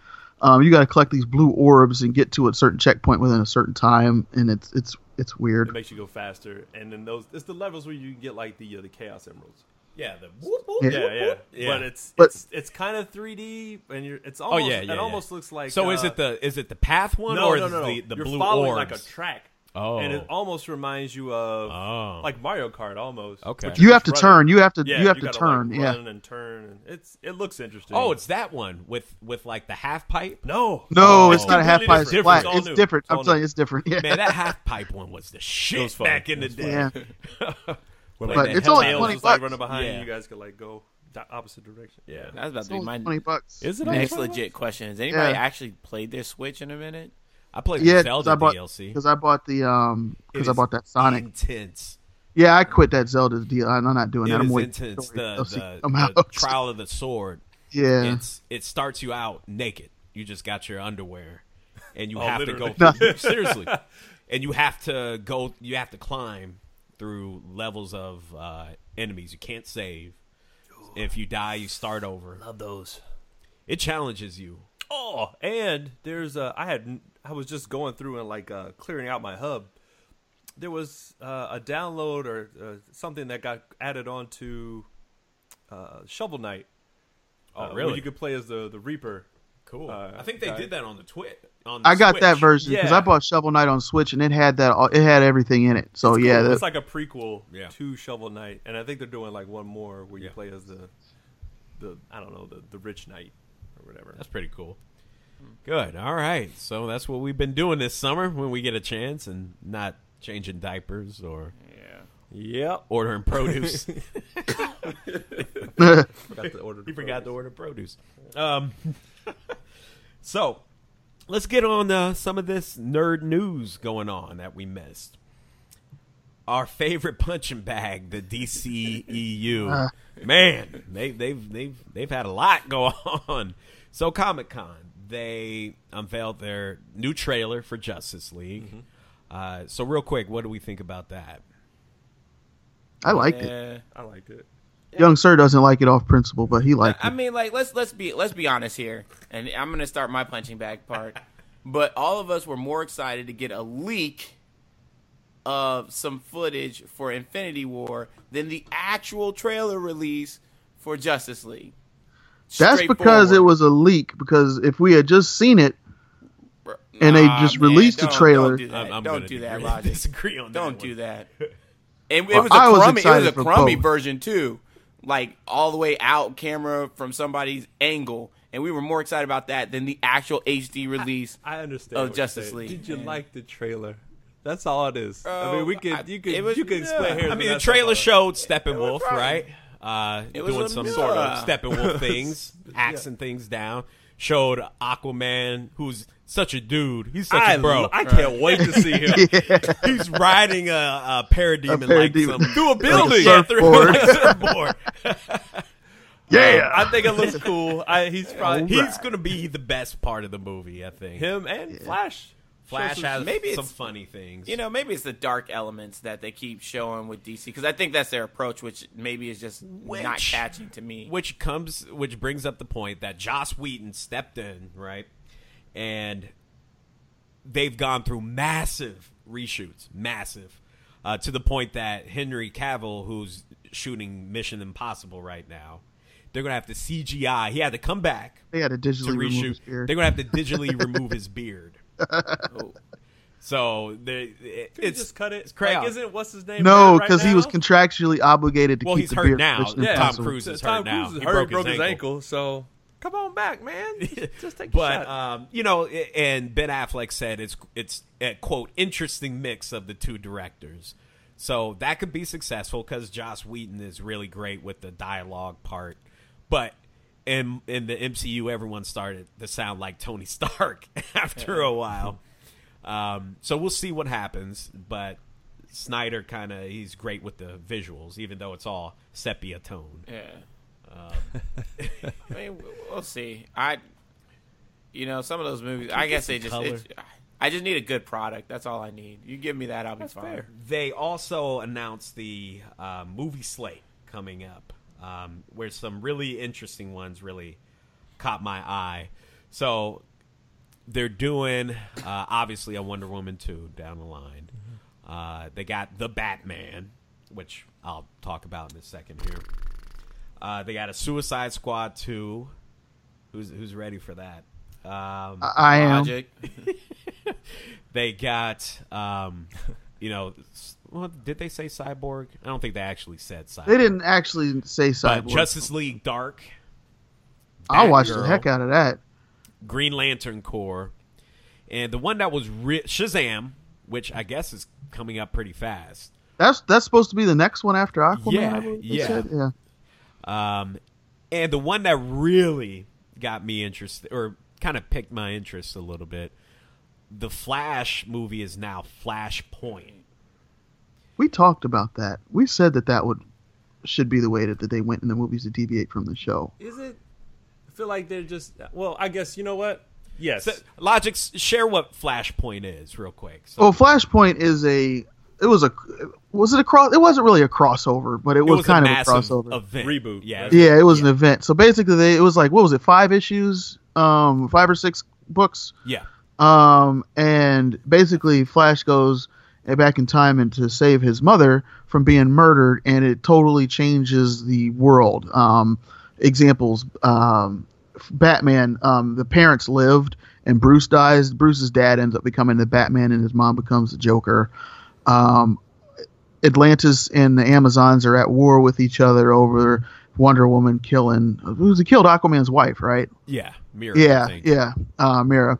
[SPEAKER 4] Um, you got to collect these blue orbs and get to a certain checkpoint within a certain time, and it's it's it's weird.
[SPEAKER 2] It makes you go faster, and then those it's the levels where you can get like the uh, the Chaos Emeralds.
[SPEAKER 1] Yeah. The whoop, whoop,
[SPEAKER 4] Yeah.
[SPEAKER 1] whoop,
[SPEAKER 2] Yeah, yeah,
[SPEAKER 1] whoop. yeah.
[SPEAKER 2] But Oh, it's
[SPEAKER 4] But-
[SPEAKER 2] it's it's kind of 3D, and you're it's almost
[SPEAKER 1] Oh, yeah, yeah,
[SPEAKER 2] it
[SPEAKER 1] yeah.
[SPEAKER 2] almost looks like.
[SPEAKER 1] so is
[SPEAKER 2] uh,
[SPEAKER 1] it the is it the path one
[SPEAKER 2] no
[SPEAKER 1] or
[SPEAKER 2] no
[SPEAKER 1] is
[SPEAKER 2] no, no.
[SPEAKER 1] the the
[SPEAKER 2] you're
[SPEAKER 1] blue
[SPEAKER 2] following
[SPEAKER 1] orbs?
[SPEAKER 2] like a track?
[SPEAKER 1] Oh.
[SPEAKER 2] and it almost reminds you of
[SPEAKER 1] Oh.
[SPEAKER 2] like Mario Kart almost.
[SPEAKER 1] Okay.
[SPEAKER 2] but
[SPEAKER 4] You
[SPEAKER 2] you're
[SPEAKER 4] have to
[SPEAKER 2] just
[SPEAKER 4] turn.
[SPEAKER 2] running.
[SPEAKER 4] You have to.
[SPEAKER 2] Yeah,
[SPEAKER 4] you have to
[SPEAKER 2] gotta,
[SPEAKER 4] turn.
[SPEAKER 2] Like,
[SPEAKER 4] yeah.
[SPEAKER 2] run and turn. And it's it looks interesting.
[SPEAKER 1] oh, it's that one with with like the half pipe.
[SPEAKER 2] no,
[SPEAKER 4] No,
[SPEAKER 1] Oh,
[SPEAKER 4] it's not a
[SPEAKER 1] it's
[SPEAKER 4] half
[SPEAKER 1] completely
[SPEAKER 4] pipe. It's
[SPEAKER 1] different.
[SPEAKER 4] flat.
[SPEAKER 1] It's all
[SPEAKER 4] It's
[SPEAKER 2] new.
[SPEAKER 4] different.
[SPEAKER 2] It's all
[SPEAKER 4] I'm
[SPEAKER 2] new.
[SPEAKER 4] telling you, it's different. Yeah.
[SPEAKER 1] Man, that half pipe one was the shit
[SPEAKER 2] was fun.
[SPEAKER 1] back in the
[SPEAKER 2] It was
[SPEAKER 1] day.
[SPEAKER 4] yeah.
[SPEAKER 1] Like
[SPEAKER 4] But
[SPEAKER 1] that
[SPEAKER 4] it's
[SPEAKER 1] hell
[SPEAKER 4] only
[SPEAKER 1] yeah.
[SPEAKER 2] Tails
[SPEAKER 4] twenty
[SPEAKER 2] was like
[SPEAKER 4] bucks.
[SPEAKER 2] running behind
[SPEAKER 1] Yeah.
[SPEAKER 2] you. You guys could like go the opposite direction. Yeah.
[SPEAKER 3] That's about
[SPEAKER 4] It's
[SPEAKER 3] to be
[SPEAKER 4] only
[SPEAKER 3] my
[SPEAKER 4] Twenty bucks.
[SPEAKER 2] Is it
[SPEAKER 3] next
[SPEAKER 2] only 20
[SPEAKER 3] legit
[SPEAKER 2] bucks?
[SPEAKER 3] question. Has anybody
[SPEAKER 4] Yeah.
[SPEAKER 3] actually played their Switch in a minute?
[SPEAKER 1] I played the
[SPEAKER 4] Yeah,
[SPEAKER 1] Zelda
[SPEAKER 4] I bought
[SPEAKER 1] DLC.
[SPEAKER 4] because I bought the um because
[SPEAKER 1] It
[SPEAKER 4] I
[SPEAKER 1] is
[SPEAKER 4] bought that Sonic.
[SPEAKER 1] Intense.
[SPEAKER 4] Yeah, I quit that Zelda deal. I'm not doing
[SPEAKER 1] It
[SPEAKER 4] that. I'm
[SPEAKER 1] is
[SPEAKER 4] waiting.
[SPEAKER 1] intense.
[SPEAKER 4] for the
[SPEAKER 1] The,
[SPEAKER 4] DLC to
[SPEAKER 1] the,
[SPEAKER 4] come
[SPEAKER 1] the
[SPEAKER 4] out.
[SPEAKER 1] trial of the sword.
[SPEAKER 4] yeah,
[SPEAKER 1] It's it starts you out naked. You just got your underwear, and you
[SPEAKER 2] Oh,
[SPEAKER 1] have
[SPEAKER 2] literally.
[SPEAKER 1] to go through, seriously, and you have to go. You have to climb through levels of uh, enemies. You can't save. If you die, you start over.
[SPEAKER 2] Love those.
[SPEAKER 1] It challenges you.
[SPEAKER 2] Oh, and there's uh, I had I was just going through and like uh, clearing out my hub. There was uh, a download or uh, something that got added onto uh, Shovel Knight.
[SPEAKER 1] Oh,
[SPEAKER 2] uh, where
[SPEAKER 1] really?
[SPEAKER 2] you could play as the the Reaper.
[SPEAKER 1] Cool.
[SPEAKER 2] Uh,
[SPEAKER 1] I think they
[SPEAKER 2] I-
[SPEAKER 1] did that on the twit. On the
[SPEAKER 4] I got that
[SPEAKER 1] Switch.
[SPEAKER 4] version because
[SPEAKER 2] Yeah.
[SPEAKER 4] I bought Shovel Knight on Switch and it had that. all- It had everything in it. So Oh, yeah,
[SPEAKER 2] Cool.
[SPEAKER 4] that,
[SPEAKER 2] it's like a prequel
[SPEAKER 1] Yeah.
[SPEAKER 2] to Shovel Knight, and I think they're doing like one more where you
[SPEAKER 1] Yeah.
[SPEAKER 2] play as the the I don't know the the rich knight or whatever.
[SPEAKER 1] That's pretty cool. Good. All right. So that's what we've been doing this summer when we get a chance, and not changing diapers or
[SPEAKER 3] Yeah.
[SPEAKER 2] Yep,
[SPEAKER 1] ordering produce.
[SPEAKER 2] forgot to order.
[SPEAKER 1] You forgot to order produce. Um, so let's get on uh, some of this nerd news going on that we missed. Our favorite punching bag, the DCEU. Man, they, they've they've they've had a lot go on. So Comic Con, they unveiled their new trailer for Justice League.
[SPEAKER 3] Mm-hmm.
[SPEAKER 1] Uh, so real quick, what do we think about that?
[SPEAKER 4] I liked it.
[SPEAKER 3] Yeah.
[SPEAKER 2] I liked it.
[SPEAKER 4] Young Sir doesn't like it off principle, but he liked
[SPEAKER 3] I
[SPEAKER 4] it.
[SPEAKER 3] mean, like let's let's be let's be honest here, and I'm gonna start my punching bag part. but all of us were more excited to get a leak of some footage for Infinity War than the actual trailer release for Justice League.
[SPEAKER 4] That's because it
[SPEAKER 3] Straightforward.
[SPEAKER 4] was a leak. Because if we had just seen it, and they just released the
[SPEAKER 3] don't-
[SPEAKER 4] trailer.
[SPEAKER 3] Don't do that,
[SPEAKER 1] I'm- I'm
[SPEAKER 3] Uh, don't
[SPEAKER 1] gonna
[SPEAKER 3] do that
[SPEAKER 1] disagree-
[SPEAKER 3] Roger.
[SPEAKER 1] Disagree on that.
[SPEAKER 3] Don't
[SPEAKER 1] one.
[SPEAKER 3] do that. And it
[SPEAKER 4] Well,
[SPEAKER 3] was a
[SPEAKER 4] I was
[SPEAKER 3] crummy, it was
[SPEAKER 4] excited
[SPEAKER 3] a
[SPEAKER 4] for
[SPEAKER 3] crummy
[SPEAKER 4] both.
[SPEAKER 3] version too, like all the way out camera from somebody's angle, and we were more excited about that than the actual HD release.
[SPEAKER 2] I understand.
[SPEAKER 3] of
[SPEAKER 2] what you're
[SPEAKER 3] Justice
[SPEAKER 2] saying.
[SPEAKER 3] League.
[SPEAKER 2] Did you
[SPEAKER 3] Yeah.
[SPEAKER 2] like the trailer? That's all it is. I
[SPEAKER 3] Oh,
[SPEAKER 2] mean, we could
[SPEAKER 3] I-
[SPEAKER 2] you could
[SPEAKER 3] it was-
[SPEAKER 2] you could explain.
[SPEAKER 3] yeah.
[SPEAKER 2] Here
[SPEAKER 1] I mean, the
[SPEAKER 2] that's
[SPEAKER 1] trailer
[SPEAKER 2] all.
[SPEAKER 1] showed Steppenwolf, right? Uh,
[SPEAKER 3] It was
[SPEAKER 1] doing
[SPEAKER 3] a
[SPEAKER 1] some
[SPEAKER 3] mirror.
[SPEAKER 1] sort of Steppenwolf things, axing things down. Showed Aquaman, who's such a dude. He's such
[SPEAKER 2] I,
[SPEAKER 1] a bro.
[SPEAKER 2] lo- I can't wait to see him.
[SPEAKER 1] He's riding a, a parademon, like
[SPEAKER 4] parademon.
[SPEAKER 1] some, through a building,
[SPEAKER 4] surfboard.
[SPEAKER 1] through a surfboard.
[SPEAKER 4] yeah,
[SPEAKER 2] I think it looks cool. I, he's probably
[SPEAKER 1] He's gonna be the best part of the movie, I think.
[SPEAKER 2] him and Flash.
[SPEAKER 1] Flash
[SPEAKER 2] Show some-
[SPEAKER 1] has
[SPEAKER 3] maybe
[SPEAKER 1] some
[SPEAKER 3] it's-
[SPEAKER 1] funny things.
[SPEAKER 3] You know, maybe it's the dark elements that they keep showing with DC because I think that's their approach, which maybe is just not
[SPEAKER 1] Which-
[SPEAKER 3] catching to me.
[SPEAKER 1] which comes which brings up the point that Joss Wheaton stepped in, right? And they've gone through massive reshoots, massive, uh, to the point that Henry Cavill, who's shooting Mission Impossible right now, they're gonna have to CGI. He had to come back
[SPEAKER 4] they had a
[SPEAKER 1] to
[SPEAKER 4] digitally remove his
[SPEAKER 1] reshoot.
[SPEAKER 4] beard. Oh.
[SPEAKER 1] They're gonna have to digitally remove his beard. So they, it,
[SPEAKER 2] Can we
[SPEAKER 1] it's
[SPEAKER 2] just cut it.
[SPEAKER 1] It's crayon.
[SPEAKER 2] Like, isn't what's his name?
[SPEAKER 4] No,
[SPEAKER 2] because
[SPEAKER 4] because he was contractually obligated to
[SPEAKER 1] Well,
[SPEAKER 4] keep
[SPEAKER 1] he's
[SPEAKER 4] the
[SPEAKER 1] hurt
[SPEAKER 4] beard.
[SPEAKER 1] now.
[SPEAKER 4] for Mission
[SPEAKER 1] Yeah, Tom
[SPEAKER 4] Impossible.
[SPEAKER 1] Cruise is hurt
[SPEAKER 2] Tom
[SPEAKER 1] now.
[SPEAKER 2] Cruise is
[SPEAKER 1] He
[SPEAKER 2] hurt.
[SPEAKER 1] broke
[SPEAKER 2] broke
[SPEAKER 1] his
[SPEAKER 2] his
[SPEAKER 1] ankle.
[SPEAKER 2] ankle. So come on back, man. Just take a
[SPEAKER 1] but
[SPEAKER 2] shot.
[SPEAKER 1] um, you know, i- and Ben Affleck said it's it's a quote interesting mix of the two directors, so that could be successful because Joss Wheaton is really great with the dialogue part, but. In, in the MCU, everyone started to sound like Tony Stark after a while. Um, so we'll see what happens. But Snyder kind of he's great with the visuals, even though it's all sepia tone.
[SPEAKER 3] Yeah. I mean, we'll see. I You know, some of those movies. I guess they just.
[SPEAKER 1] color.
[SPEAKER 3] It's, I just need a good product. That's all I need. You give me that, I'll be fine.
[SPEAKER 2] fair.
[SPEAKER 1] They also announced the uh, movie slate coming up, um, where some really interesting ones really caught my eye. So they're doing uh, obviously a Wonder Woman two down the line. Uh, they got the Batman, which I'll talk about in a second here. Uh, they got a Suicide Squad two. Who's who's ready for that? Um,
[SPEAKER 4] I am.
[SPEAKER 3] Logic.
[SPEAKER 1] they got um you know s- well, did they say cyborg i don't think they actually said cyborg
[SPEAKER 4] They didn't actually say
[SPEAKER 1] but
[SPEAKER 4] Cyborg.
[SPEAKER 1] justice league dark
[SPEAKER 4] I watched the
[SPEAKER 1] Batgirl,
[SPEAKER 4] heck out of that.
[SPEAKER 1] green lantern corps and the one that was re- shazam which i guess is coming up pretty fast
[SPEAKER 4] That's that's supposed to be the next one after Aquaman.
[SPEAKER 1] Yeah,
[SPEAKER 4] I believe they
[SPEAKER 1] yeah.
[SPEAKER 4] said? yeah.
[SPEAKER 1] Um, and the one that really got me interested, or kind of picked my interest a little bit, the Flash movie is now Flashpoint.
[SPEAKER 4] We talked about that. We said that that would should be the way that, that they went in the movies to deviate from the show.
[SPEAKER 2] Is it? I feel like they're just. Well, I guess you know what. Yes.
[SPEAKER 1] So, Logic, s- share what Flashpoint is, real quick. So,
[SPEAKER 4] Well, Oh, Flashpoint is a it was a was it a cross? It wasn't really a crossover, but it,
[SPEAKER 1] it
[SPEAKER 4] was,
[SPEAKER 1] was
[SPEAKER 4] kind
[SPEAKER 1] a
[SPEAKER 4] of a
[SPEAKER 1] massive
[SPEAKER 4] crossover.
[SPEAKER 1] event.
[SPEAKER 2] Reboot,
[SPEAKER 1] Yeah,
[SPEAKER 2] right?
[SPEAKER 4] yeah, it was an event. So basically, they it was like what was it? Five issues, um, five or six books,
[SPEAKER 1] yeah.
[SPEAKER 4] um, and basically Flash goes back in time and to save his mother from being murdered, and it totally changes the world. Um, examples: um, Batman, um, the parents lived, and Bruce dies. Bruce's dad ends up becoming the Batman, and his mom becomes the Joker. Um, Atlantis and the Amazons are at war with each other over Wonder Woman killing who's he killed Aquaman's wife, right?
[SPEAKER 1] Yeah, mirror. I
[SPEAKER 4] yeah,
[SPEAKER 1] think.
[SPEAKER 4] yeah. Uh, Mira.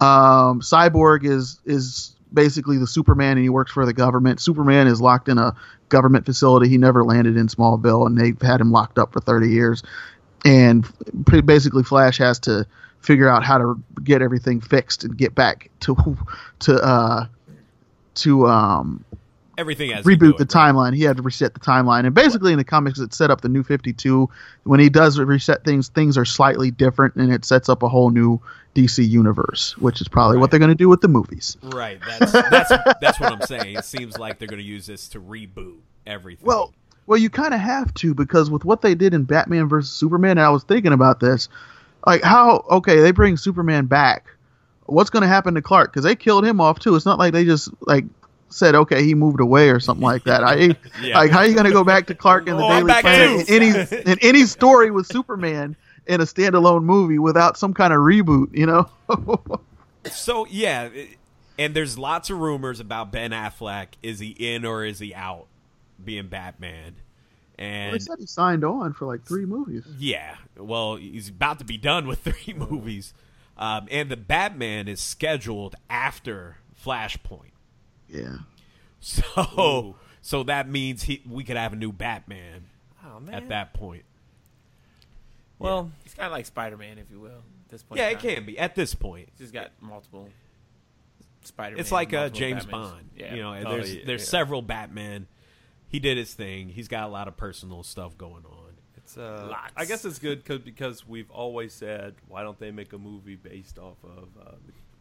[SPEAKER 4] Um, Cyborg is is basically the Superman, and he works for the government. Superman is locked in a government facility. He never landed in Smallville, and they've had him locked up for thirty years. And pretty basically, Flash has to figure out how to get everything fixed and get back to to uh, to um,
[SPEAKER 1] Everything has to do
[SPEAKER 4] reboot
[SPEAKER 1] it,
[SPEAKER 4] the
[SPEAKER 1] right?
[SPEAKER 4] timeline. He had to reset the timeline, and basically in the comics, it set up the new Fifty Two. When he does reset things, things are slightly different, and it sets up a whole new DC universe, which is probably what they're going to do with the movies.
[SPEAKER 1] Right. That's that's that's what I'm saying. It seems like they're going to use this to reboot everything.
[SPEAKER 4] Well, well, you kind of have to because with what they did in Batman versus Superman, and I was thinking about this, like how okay they bring Superman back, what's going to happen to Clark? Because they killed him off too. It's not like they just like said okay he moved away or something like that. I
[SPEAKER 1] Yeah.
[SPEAKER 4] like how you going to go back to Clark in the
[SPEAKER 1] Oh, I'm
[SPEAKER 4] Daily
[SPEAKER 1] back
[SPEAKER 4] Planet
[SPEAKER 1] too.
[SPEAKER 4] in any in any story with Superman in a standalone movie without some kind of reboot, you know?
[SPEAKER 1] so yeah, it- and there's lots of rumors about Ben Affleck. Is he in or is he out being Batman?
[SPEAKER 4] they
[SPEAKER 1] And
[SPEAKER 4] said he signed on for like three movies.
[SPEAKER 1] yeah, well, he's about to be done with three movies, um, and the Batman is scheduled after Flashpoint.
[SPEAKER 4] Yeah.
[SPEAKER 1] So so that means he we could have a new Batman
[SPEAKER 2] oh man.
[SPEAKER 1] at that point.
[SPEAKER 2] well,
[SPEAKER 3] It's kind of like Spider Man, if you will. At this point,
[SPEAKER 1] Yeah,
[SPEAKER 3] in
[SPEAKER 1] it
[SPEAKER 3] time.
[SPEAKER 1] can be at this point.
[SPEAKER 3] He's got multiple Spider.
[SPEAKER 1] It's like uh, James Bond. You know, and
[SPEAKER 2] Oh,
[SPEAKER 1] there's
[SPEAKER 2] yeah,
[SPEAKER 1] there's
[SPEAKER 2] yeah.
[SPEAKER 1] several Batman. He did his thing. He's got a lot of personal stuff going on.
[SPEAKER 2] it's uh,
[SPEAKER 3] Lots.
[SPEAKER 2] I guess it's good cause, because we've always said, why don't they make a movie based off of uh,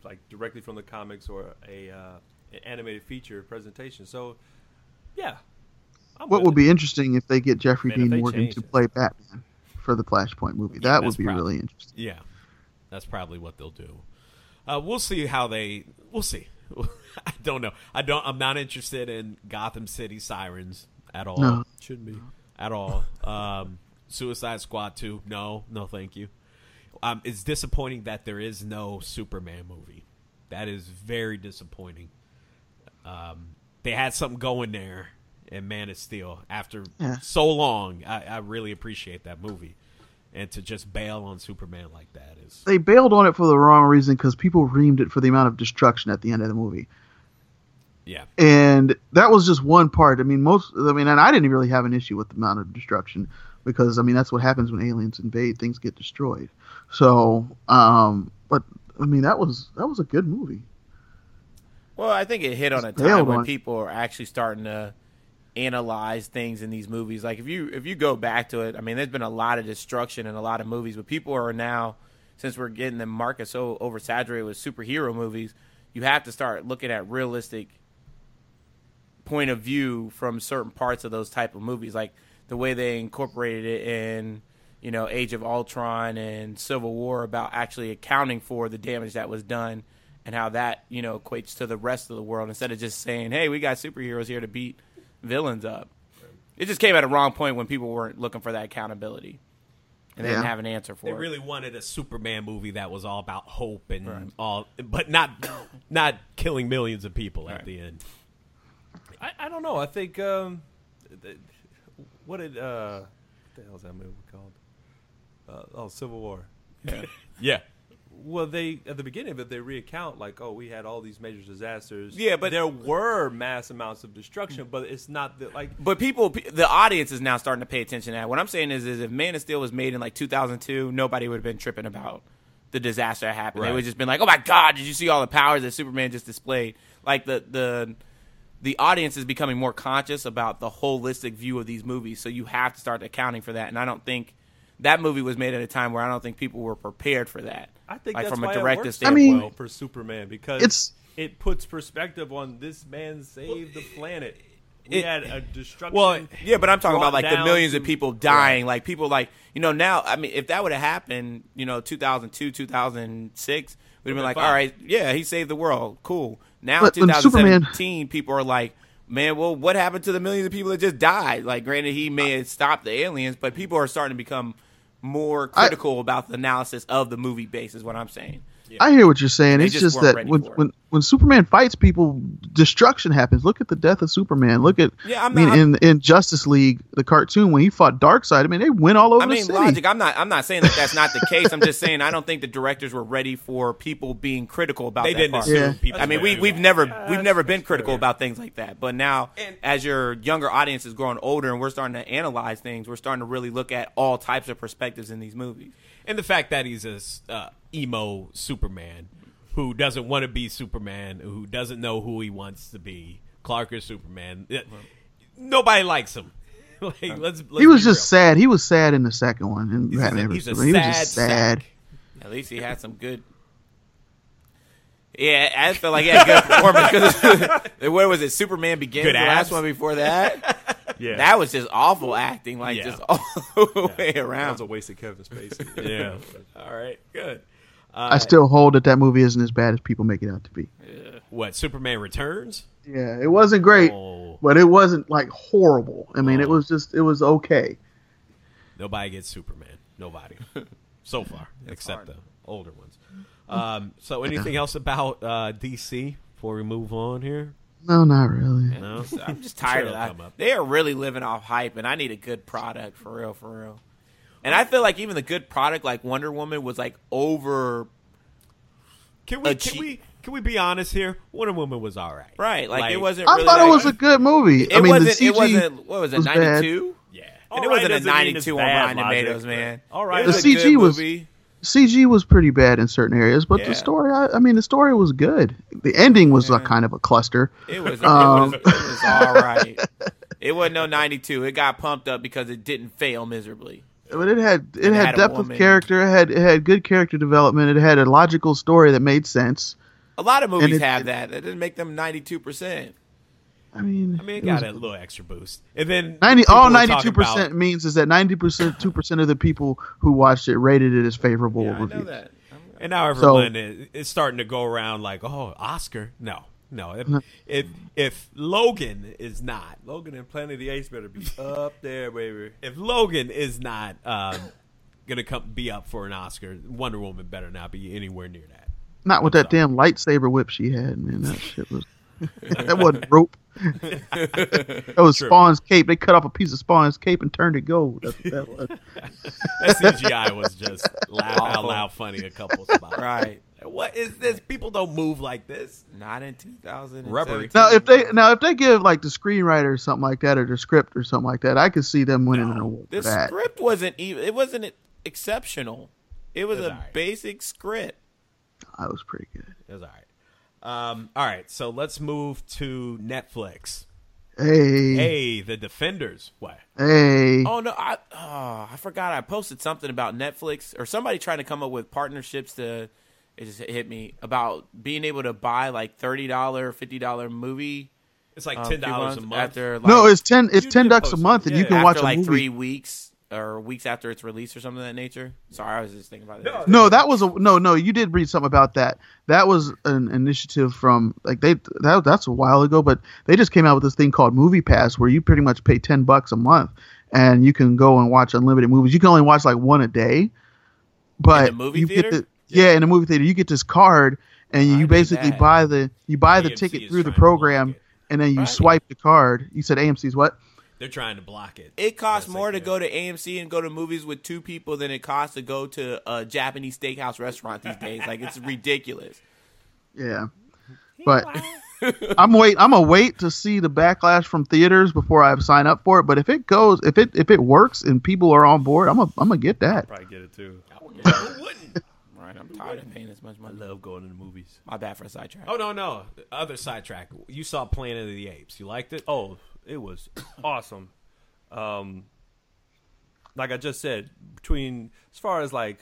[SPEAKER 2] like directly from the comics or a uh, an animated feature presentation? So, yeah. I'm
[SPEAKER 4] What
[SPEAKER 2] with
[SPEAKER 4] would
[SPEAKER 2] it.
[SPEAKER 4] be interesting if they get Jeffrey
[SPEAKER 2] Man, if
[SPEAKER 4] Dean
[SPEAKER 2] they
[SPEAKER 4] Morgan
[SPEAKER 2] change
[SPEAKER 4] to
[SPEAKER 2] it.
[SPEAKER 4] play Batman for the Flashpoint movie? That would
[SPEAKER 1] that's
[SPEAKER 4] be
[SPEAKER 1] probably-
[SPEAKER 4] really interesting.
[SPEAKER 1] Yeah, that's probably what they'll do. Uh, we'll see how they. We'll see. I don't know. I don't. I'm not interested in Gotham City Sirens at all.
[SPEAKER 4] No.
[SPEAKER 2] Should be.
[SPEAKER 1] At all. Um, Suicide Squad Two. No. No. Thank you. Um, it's disappointing that there is no Superman movie. That is very disappointing. Um, they had something going there in Man of Steel after
[SPEAKER 4] Yeah.
[SPEAKER 1] so long. I, I really appreciate that movie. And to just bail on Superman like that is
[SPEAKER 4] They bailed on it for the wrong reason because people reamed it for the amount of destruction at the end of the movie.
[SPEAKER 1] Yeah.
[SPEAKER 4] and that was just one part. I mean, most. I mean, and I didn't really have an issue with the amount of destruction because I mean that's what happens when aliens invade; things get destroyed. So, um, but I mean that was that was a good movie.
[SPEAKER 3] Well, I think it hit on a
[SPEAKER 4] It's nailed
[SPEAKER 3] time when
[SPEAKER 4] on.
[SPEAKER 3] people are actually starting to analyze things in these movies. Like if you if you go back to it, I mean, there's been a lot of destruction in a lot of movies, but people are now since we're getting the market so oversaturated with superhero movies, you have to start looking at realistic point of view from certain parts of those type of movies, like the way they incorporated it in you know Age of Ultron and Civil War about actually accounting for the damage that was done and how that you know equates to the rest of the world instead of just saying, "Hey, we got superheroes here to beat villains up." It just came at a wrong point when people weren't looking for that accountability and they didn't
[SPEAKER 4] Yeah.
[SPEAKER 3] have an answer for
[SPEAKER 1] They
[SPEAKER 3] it.
[SPEAKER 1] really wanted a Superman movie that was all about hope and all, but not not killing millions of people at
[SPEAKER 3] Right.
[SPEAKER 1] the end.
[SPEAKER 2] I, I don't know. I think um, th- what did uh, what the hell is that movie called? Uh, oh, Civil War.
[SPEAKER 1] Yeah,
[SPEAKER 2] Well, they at the beginning of it they reaccount like, oh, we had all these major disasters.
[SPEAKER 3] Yeah, but-
[SPEAKER 2] there were mass amounts of destruction, but it's not that like
[SPEAKER 3] But people, pe- the audience is now starting to pay attention to that. What I'm saying is, is if Man of Steel was made in like 2002, nobody would have been tripping about the disaster that happened. They
[SPEAKER 1] Right.
[SPEAKER 3] would have just been like, "Oh my God, did you see all the powers that Superman just displayed?" Like the the the audience is becoming more conscious about the holistic view of these movies, so you have to start accounting for that. And I don't think that movie was made at a time where I don't think people were prepared for that.
[SPEAKER 2] I think
[SPEAKER 3] like
[SPEAKER 2] that's
[SPEAKER 3] from a
[SPEAKER 2] why
[SPEAKER 3] director
[SPEAKER 2] it works so
[SPEAKER 3] standpoint.
[SPEAKER 4] I mean-
[SPEAKER 2] well for Superman because
[SPEAKER 4] It's-
[SPEAKER 2] it puts perspective on this man saved the planet. We
[SPEAKER 3] it-
[SPEAKER 2] had a destruction.
[SPEAKER 3] Well, yeah, but I'm talking
[SPEAKER 2] brought
[SPEAKER 3] about like the
[SPEAKER 2] down
[SPEAKER 3] millions
[SPEAKER 2] to-
[SPEAKER 3] of people dying, like people like you know now. I mean, if that would have happened, you know, 2002, 2006, would have been like,
[SPEAKER 2] fine.
[SPEAKER 3] all right, yeah, he saved the world, cool. Now
[SPEAKER 4] But when Superman-
[SPEAKER 3] 2017, people are like, man, well, what happened to the millions of people that just died? Like, granted, he may have stopped the aliens, but people are starting to become more
[SPEAKER 4] I-
[SPEAKER 3] critical about the analysis of the movie base. Is what I'm saying.
[SPEAKER 4] I hear what you're saying.
[SPEAKER 3] They
[SPEAKER 4] It's
[SPEAKER 3] just
[SPEAKER 4] just,
[SPEAKER 3] weren't
[SPEAKER 4] that
[SPEAKER 3] ready
[SPEAKER 4] when,
[SPEAKER 3] for it.
[SPEAKER 4] when when Superman fights people, destruction happens. Look at the death of Superman. Look at
[SPEAKER 3] Yeah, I'm
[SPEAKER 4] I mean,
[SPEAKER 3] not-
[SPEAKER 4] in in Justice League, the cartoon when he fought Darkseid. I mean, they went all over
[SPEAKER 3] I
[SPEAKER 4] the
[SPEAKER 3] mean,
[SPEAKER 4] city.
[SPEAKER 3] logic. I'm not. I'm not saying that that's not the case. I'm just saying I don't think the directors were ready for people being critical about
[SPEAKER 1] they
[SPEAKER 3] that.
[SPEAKER 1] didn't
[SPEAKER 3] part.
[SPEAKER 1] assume
[SPEAKER 4] Yeah.
[SPEAKER 1] people.
[SPEAKER 3] I mean,
[SPEAKER 1] would
[SPEAKER 3] we
[SPEAKER 1] do
[SPEAKER 3] we've
[SPEAKER 1] that.
[SPEAKER 3] never we've
[SPEAKER 2] that's-
[SPEAKER 3] never been
[SPEAKER 2] that's
[SPEAKER 3] critical
[SPEAKER 2] fair.
[SPEAKER 3] about things like that. But now,
[SPEAKER 1] And-
[SPEAKER 3] as your younger audience is growing older and we're starting to analyze things, we're starting to really look at all types of perspectives in these movies.
[SPEAKER 1] and the fact that he's a s- uh, emo Superman who doesn't want to be Superman, who doesn't know who he wants to be, Clark or Superman. Yeah. Nobody likes him. like, let's, let's
[SPEAKER 4] he was
[SPEAKER 1] be
[SPEAKER 4] just sad. He was sad in the second one. In
[SPEAKER 1] real.
[SPEAKER 4] Batman
[SPEAKER 1] he's,
[SPEAKER 4] vs
[SPEAKER 1] a, he's a
[SPEAKER 4] Superman.
[SPEAKER 1] sad
[SPEAKER 4] he was just sad.
[SPEAKER 1] sack.
[SPEAKER 3] At least he had some good. Yeah, I felt like he had good performance. 'cause- what was it? Superman Begins.
[SPEAKER 1] Good
[SPEAKER 3] the
[SPEAKER 1] abs.
[SPEAKER 3] last one before that.
[SPEAKER 2] yeah,
[SPEAKER 3] That was just awful acting, like
[SPEAKER 1] Yeah.
[SPEAKER 3] just all the way
[SPEAKER 2] that
[SPEAKER 3] around.
[SPEAKER 2] was a waste of Kevin Spacey.
[SPEAKER 1] Yeah. All right. Good.
[SPEAKER 3] Uh,
[SPEAKER 4] I still hold that that movie isn't as bad as people make it out to be.
[SPEAKER 1] What? Superman returns.
[SPEAKER 4] Yeah, it wasn't great,
[SPEAKER 1] Oh.
[SPEAKER 4] but it wasn't like horrible. I
[SPEAKER 3] Oh.
[SPEAKER 4] mean, it was just it was okay.
[SPEAKER 1] Nobody gets Superman. Nobody. so far, except the older ones. Um, so, anything else about uh, DC before we move on here?
[SPEAKER 4] No, not really.
[SPEAKER 1] No.
[SPEAKER 3] I'm just tired of
[SPEAKER 1] Sure, it'll come
[SPEAKER 3] that.
[SPEAKER 1] up.
[SPEAKER 3] They are really living off hype, and I need a good product for real, for real. And I feel like even the good product, like Wonder Woman, was like over
[SPEAKER 1] Can we?
[SPEAKER 3] A
[SPEAKER 1] Can
[SPEAKER 3] cheap-
[SPEAKER 1] we? Can we be honest here? Wonder Woman was all right.
[SPEAKER 3] right. Like, it wasn't.
[SPEAKER 4] I
[SPEAKER 3] really
[SPEAKER 4] thought it
[SPEAKER 3] like-
[SPEAKER 4] was a good movie.
[SPEAKER 3] It
[SPEAKER 4] I mean,
[SPEAKER 3] wasn't.
[SPEAKER 4] the CG
[SPEAKER 3] it wasn't. What was it?
[SPEAKER 4] was bad.
[SPEAKER 3] Ninety two.
[SPEAKER 1] Yeah.
[SPEAKER 2] All
[SPEAKER 3] And it
[SPEAKER 2] right
[SPEAKER 3] wasn't a
[SPEAKER 2] doesn't mean it's
[SPEAKER 3] 92 on
[SPEAKER 2] bad
[SPEAKER 3] Rotten
[SPEAKER 2] logic,
[SPEAKER 3] Tomatoes,
[SPEAKER 2] but-
[SPEAKER 3] man.
[SPEAKER 2] All
[SPEAKER 3] It
[SPEAKER 2] right,
[SPEAKER 3] was
[SPEAKER 4] The
[SPEAKER 3] a
[SPEAKER 4] CG
[SPEAKER 3] good
[SPEAKER 4] was-
[SPEAKER 3] movie.
[SPEAKER 4] CG was pretty bad in certain areas, but
[SPEAKER 3] Yeah.
[SPEAKER 4] the story, I, I mean, the story was good. The ending was a kind of a cluster.
[SPEAKER 3] It was,
[SPEAKER 4] Um.
[SPEAKER 3] it was, it was all right. It wasn't no 92. It got pumped up because it didn't fail miserably.
[SPEAKER 4] But it had it,
[SPEAKER 3] And it
[SPEAKER 4] had,
[SPEAKER 3] had a
[SPEAKER 4] depth of
[SPEAKER 3] woman.
[SPEAKER 4] character. It had it had good character development. It had a logical story that made sense.
[SPEAKER 3] A lot of movies
[SPEAKER 4] it-
[SPEAKER 3] have that. That didn't make them 92%.
[SPEAKER 4] I mean,
[SPEAKER 1] I mean, it
[SPEAKER 4] was-
[SPEAKER 1] got a little extra boost, and then
[SPEAKER 4] ninety
[SPEAKER 1] people
[SPEAKER 4] all
[SPEAKER 1] were talking
[SPEAKER 4] ninety two percent
[SPEAKER 1] about-
[SPEAKER 4] means is that ninety percent two percent of the people who watched it rated it as favorable
[SPEAKER 3] Yeah, I know
[SPEAKER 4] reviews.
[SPEAKER 3] that.
[SPEAKER 1] And now everyone is, is starting to go around like, "Oh, Oscar? No, no. If if, if Logan is not,
[SPEAKER 2] Logan and Planet of the Apes better be up there, baby.
[SPEAKER 1] if Logan is not um, gonna come be up for an Oscar, Wonder Woman better not be anywhere near that.
[SPEAKER 4] Not with that damn lightsaber whip she had, man. That shit was that wasn't rope. that was Spawn's cape. They cut off a piece of Spawn's cape and turned it gold. That's what that was.
[SPEAKER 1] That CGI was just laugh out
[SPEAKER 3] Awful.
[SPEAKER 1] loud funny a couple spots.
[SPEAKER 3] Right.
[SPEAKER 1] What is this? People don't move like this.
[SPEAKER 3] Not in 2000.
[SPEAKER 1] Rubbery.
[SPEAKER 4] Now, if they now if they give like the screenwriter or something like that, or the script or something like that, I could see them winning an award for
[SPEAKER 3] The
[SPEAKER 4] that.
[SPEAKER 3] script wasn't even. It wasn't exceptional. It was
[SPEAKER 1] It was
[SPEAKER 3] a
[SPEAKER 1] all right.
[SPEAKER 3] basic script.
[SPEAKER 4] I was pretty good.
[SPEAKER 1] It was all right. Um, all right, so let's move to Netflix.
[SPEAKER 4] Hey, hey,
[SPEAKER 1] Hey, the Defenders. What?
[SPEAKER 3] Oh no, I oh, I forgot I posted something about Netflix or somebody trying to come up with partnerships to it just hit me about being able to buy like $30, $50 movie
[SPEAKER 1] It's like
[SPEAKER 3] um,
[SPEAKER 1] ten dollars a
[SPEAKER 3] coupons
[SPEAKER 1] month.
[SPEAKER 3] after like
[SPEAKER 4] no, it's ten. It's
[SPEAKER 1] You
[SPEAKER 4] ten
[SPEAKER 1] did
[SPEAKER 4] bucks a
[SPEAKER 1] post it.
[SPEAKER 4] month, and you
[SPEAKER 1] Yeah,
[SPEAKER 4] can
[SPEAKER 3] after
[SPEAKER 4] watch
[SPEAKER 3] like
[SPEAKER 4] a movie.
[SPEAKER 3] 3 weeks or weeks after its release or something of that nature. Sorry, I was just thinking about that.
[SPEAKER 4] No, that was a no, no. You did read something about that. That was an initiative from like they that that's a while ago, but they just came out with this thing called Movie Pass, where you pretty much pay ten bucks a month and you can go and watch unlimited movies. You can only watch like one a day, but
[SPEAKER 3] In the movie
[SPEAKER 4] you get
[SPEAKER 3] theater?
[SPEAKER 4] the, yeah. in a movie theater, you get this card and
[SPEAKER 3] I
[SPEAKER 4] you
[SPEAKER 3] need
[SPEAKER 4] basically
[SPEAKER 3] that.
[SPEAKER 4] buy the you buy the
[SPEAKER 1] AMC
[SPEAKER 4] ticket
[SPEAKER 1] is
[SPEAKER 4] through the
[SPEAKER 1] trying to
[SPEAKER 4] program,
[SPEAKER 1] block
[SPEAKER 4] and then you
[SPEAKER 3] Right.
[SPEAKER 4] swipe the card. You said AMC's what?
[SPEAKER 1] They're trying to block it.
[SPEAKER 3] It costs
[SPEAKER 1] That's
[SPEAKER 3] more
[SPEAKER 1] like
[SPEAKER 3] to
[SPEAKER 1] the-
[SPEAKER 3] go to AMC and go to movies with two people than it costs to go to a Japanese steakhouse restaurant these days. Like it's ridiculous.
[SPEAKER 4] Yeah. But I'm wait I'm gonna wait to see the backlash from theaters before I sign up for it. But if it goes if it if it works and people are on board, I'm gonna I'm gonna get that.
[SPEAKER 2] Probably get it too.
[SPEAKER 1] Who wouldn't?
[SPEAKER 3] Right, I'm tired of paying this much
[SPEAKER 2] I
[SPEAKER 3] money.
[SPEAKER 2] love going to the movies.
[SPEAKER 3] My bad for a sidetrack.
[SPEAKER 1] Oh no, no. Other sidetrack. You saw Planet of the Apes. You liked it?
[SPEAKER 2] Oh, it was awesome. Um, like I just said, between as far as like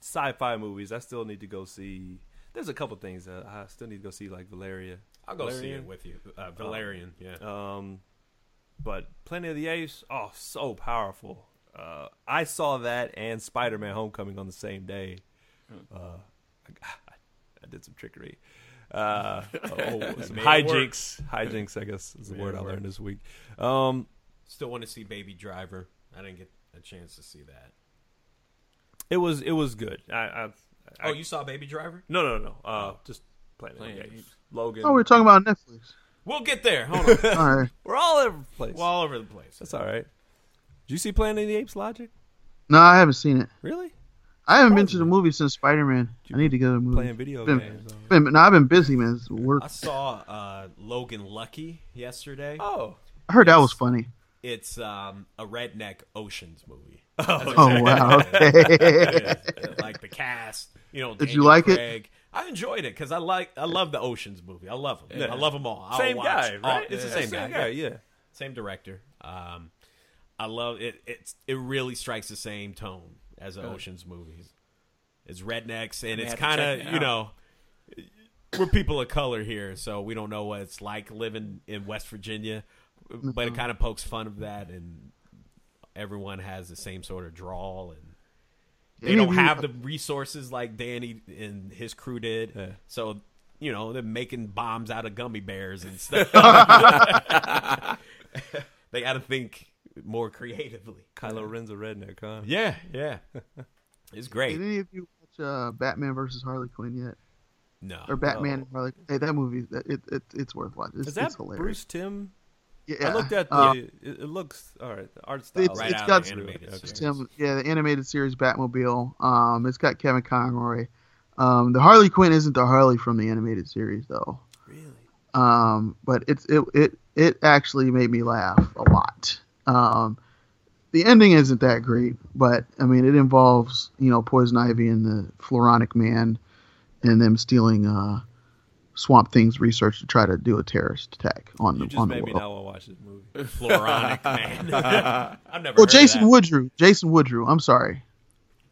[SPEAKER 2] sci-fi movies, I still need to go see. There's a couple things that I still need to go see, like Valeria.
[SPEAKER 1] I'll go see
[SPEAKER 2] Valerian?
[SPEAKER 1] it with you. Uh, Valerian. Yeah.
[SPEAKER 2] Um, but Planet of the Apes, oh, so powerful. Uh, I saw that and Spider-Man: Homecoming on the same day.
[SPEAKER 1] Hmm.
[SPEAKER 2] Uh, I, I did some trickery. Uh, oh, some
[SPEAKER 1] Made it work.
[SPEAKER 2] hijinks. Hijinks, I guess, is the word I learned this week. Um,
[SPEAKER 1] Still want to see Baby Driver. I didn't get a chance to see that.
[SPEAKER 2] it was it was good. I, I, I
[SPEAKER 1] oh, you saw Baby Driver?
[SPEAKER 2] no no no. Uh, just Planet,
[SPEAKER 3] Planet
[SPEAKER 2] of
[SPEAKER 3] of
[SPEAKER 2] the
[SPEAKER 3] the
[SPEAKER 2] Apes. Logan.
[SPEAKER 4] Oh, we are talking about Netflix.
[SPEAKER 1] We'll get there. Hold on.
[SPEAKER 4] All right.
[SPEAKER 2] we're all over the place.
[SPEAKER 1] We're all over the place.
[SPEAKER 2] That's all right. Did you see Planet of the Apes? Logic,
[SPEAKER 4] No, I haven't seen it.
[SPEAKER 2] really?
[SPEAKER 4] I haven't been to the movie since Spider Man. I need to go to the movie.
[SPEAKER 2] Playing video
[SPEAKER 4] Been-
[SPEAKER 2] games. uh,
[SPEAKER 4] Been, no, I've been busy, man. It's work.
[SPEAKER 1] I saw uh, Logan Lucky yesterday.
[SPEAKER 2] Oh,
[SPEAKER 4] I heard that was funny.
[SPEAKER 1] It's um, a redneck oceans movie.
[SPEAKER 4] Oh wow. Okay.
[SPEAKER 1] like the cast, you know.
[SPEAKER 4] Did you like it?
[SPEAKER 1] it? I enjoyed it because I like I love the oceans movie. I love them. I love them all. I'll
[SPEAKER 2] same
[SPEAKER 1] watch
[SPEAKER 2] guy,
[SPEAKER 1] all-
[SPEAKER 2] right?
[SPEAKER 1] it's the same, guy. yeah.
[SPEAKER 2] Yeah.
[SPEAKER 1] Same director. Um, I love it. It's it really strikes the same tone as the oceans movies. It's rednecks and it's
[SPEAKER 3] have to check
[SPEAKER 1] kind
[SPEAKER 3] it
[SPEAKER 1] of
[SPEAKER 3] out.
[SPEAKER 1] you know. We're people of color here, so we don't know what it's like living in West Virginia, but it kind of pokes fun of that, and everyone has the same sort of drawl and they
[SPEAKER 4] Any
[SPEAKER 1] don't
[SPEAKER 4] of you-
[SPEAKER 1] have the resources like Danny and his crew did. So you know they're making bombs out of gummy bears and stuff. they got to think more creatively.
[SPEAKER 2] Kylo Ren's a redneck, huh?
[SPEAKER 1] Yeah, yeah, it's
[SPEAKER 4] Did
[SPEAKER 1] great.
[SPEAKER 4] any of you watch uh, Batman versus Harley Quinn yet?
[SPEAKER 1] No,
[SPEAKER 4] Or Batman and Harley? Hey, that movie, that- it, it, it's worth watching. It's,
[SPEAKER 2] Is that
[SPEAKER 4] it's hilarious.
[SPEAKER 2] Bruce Tim?
[SPEAKER 4] Yeah.
[SPEAKER 2] I looked at the.
[SPEAKER 4] Uh,
[SPEAKER 2] it, it looks all right. The art style.
[SPEAKER 4] It's-
[SPEAKER 1] Oh, right
[SPEAKER 4] it's
[SPEAKER 1] out
[SPEAKER 4] got-
[SPEAKER 1] of the animated
[SPEAKER 2] Okay.
[SPEAKER 1] series.
[SPEAKER 4] Tim, yeah, the animated series Batmobile. Um, it's got Kevin Conroy. Um, the Harley Quinn isn't the Harley from the animated series though.
[SPEAKER 2] Really?
[SPEAKER 4] Um, but it's it it it actually made me laugh a lot. Um, the ending isn't that great, but I mean it involves you know Poison Ivy and the Floronic Man, and them stealing uh, Swamp Thing's research to try to do a terrorist attack on
[SPEAKER 2] You
[SPEAKER 4] the
[SPEAKER 2] just
[SPEAKER 4] on the
[SPEAKER 2] made me
[SPEAKER 4] world.
[SPEAKER 2] not want to watch this movie.
[SPEAKER 1] Floronic man. I've never.
[SPEAKER 4] Well,
[SPEAKER 1] heard
[SPEAKER 4] Jason
[SPEAKER 1] of that.
[SPEAKER 4] Woodrew. Jason Woodrew. I'm sorry.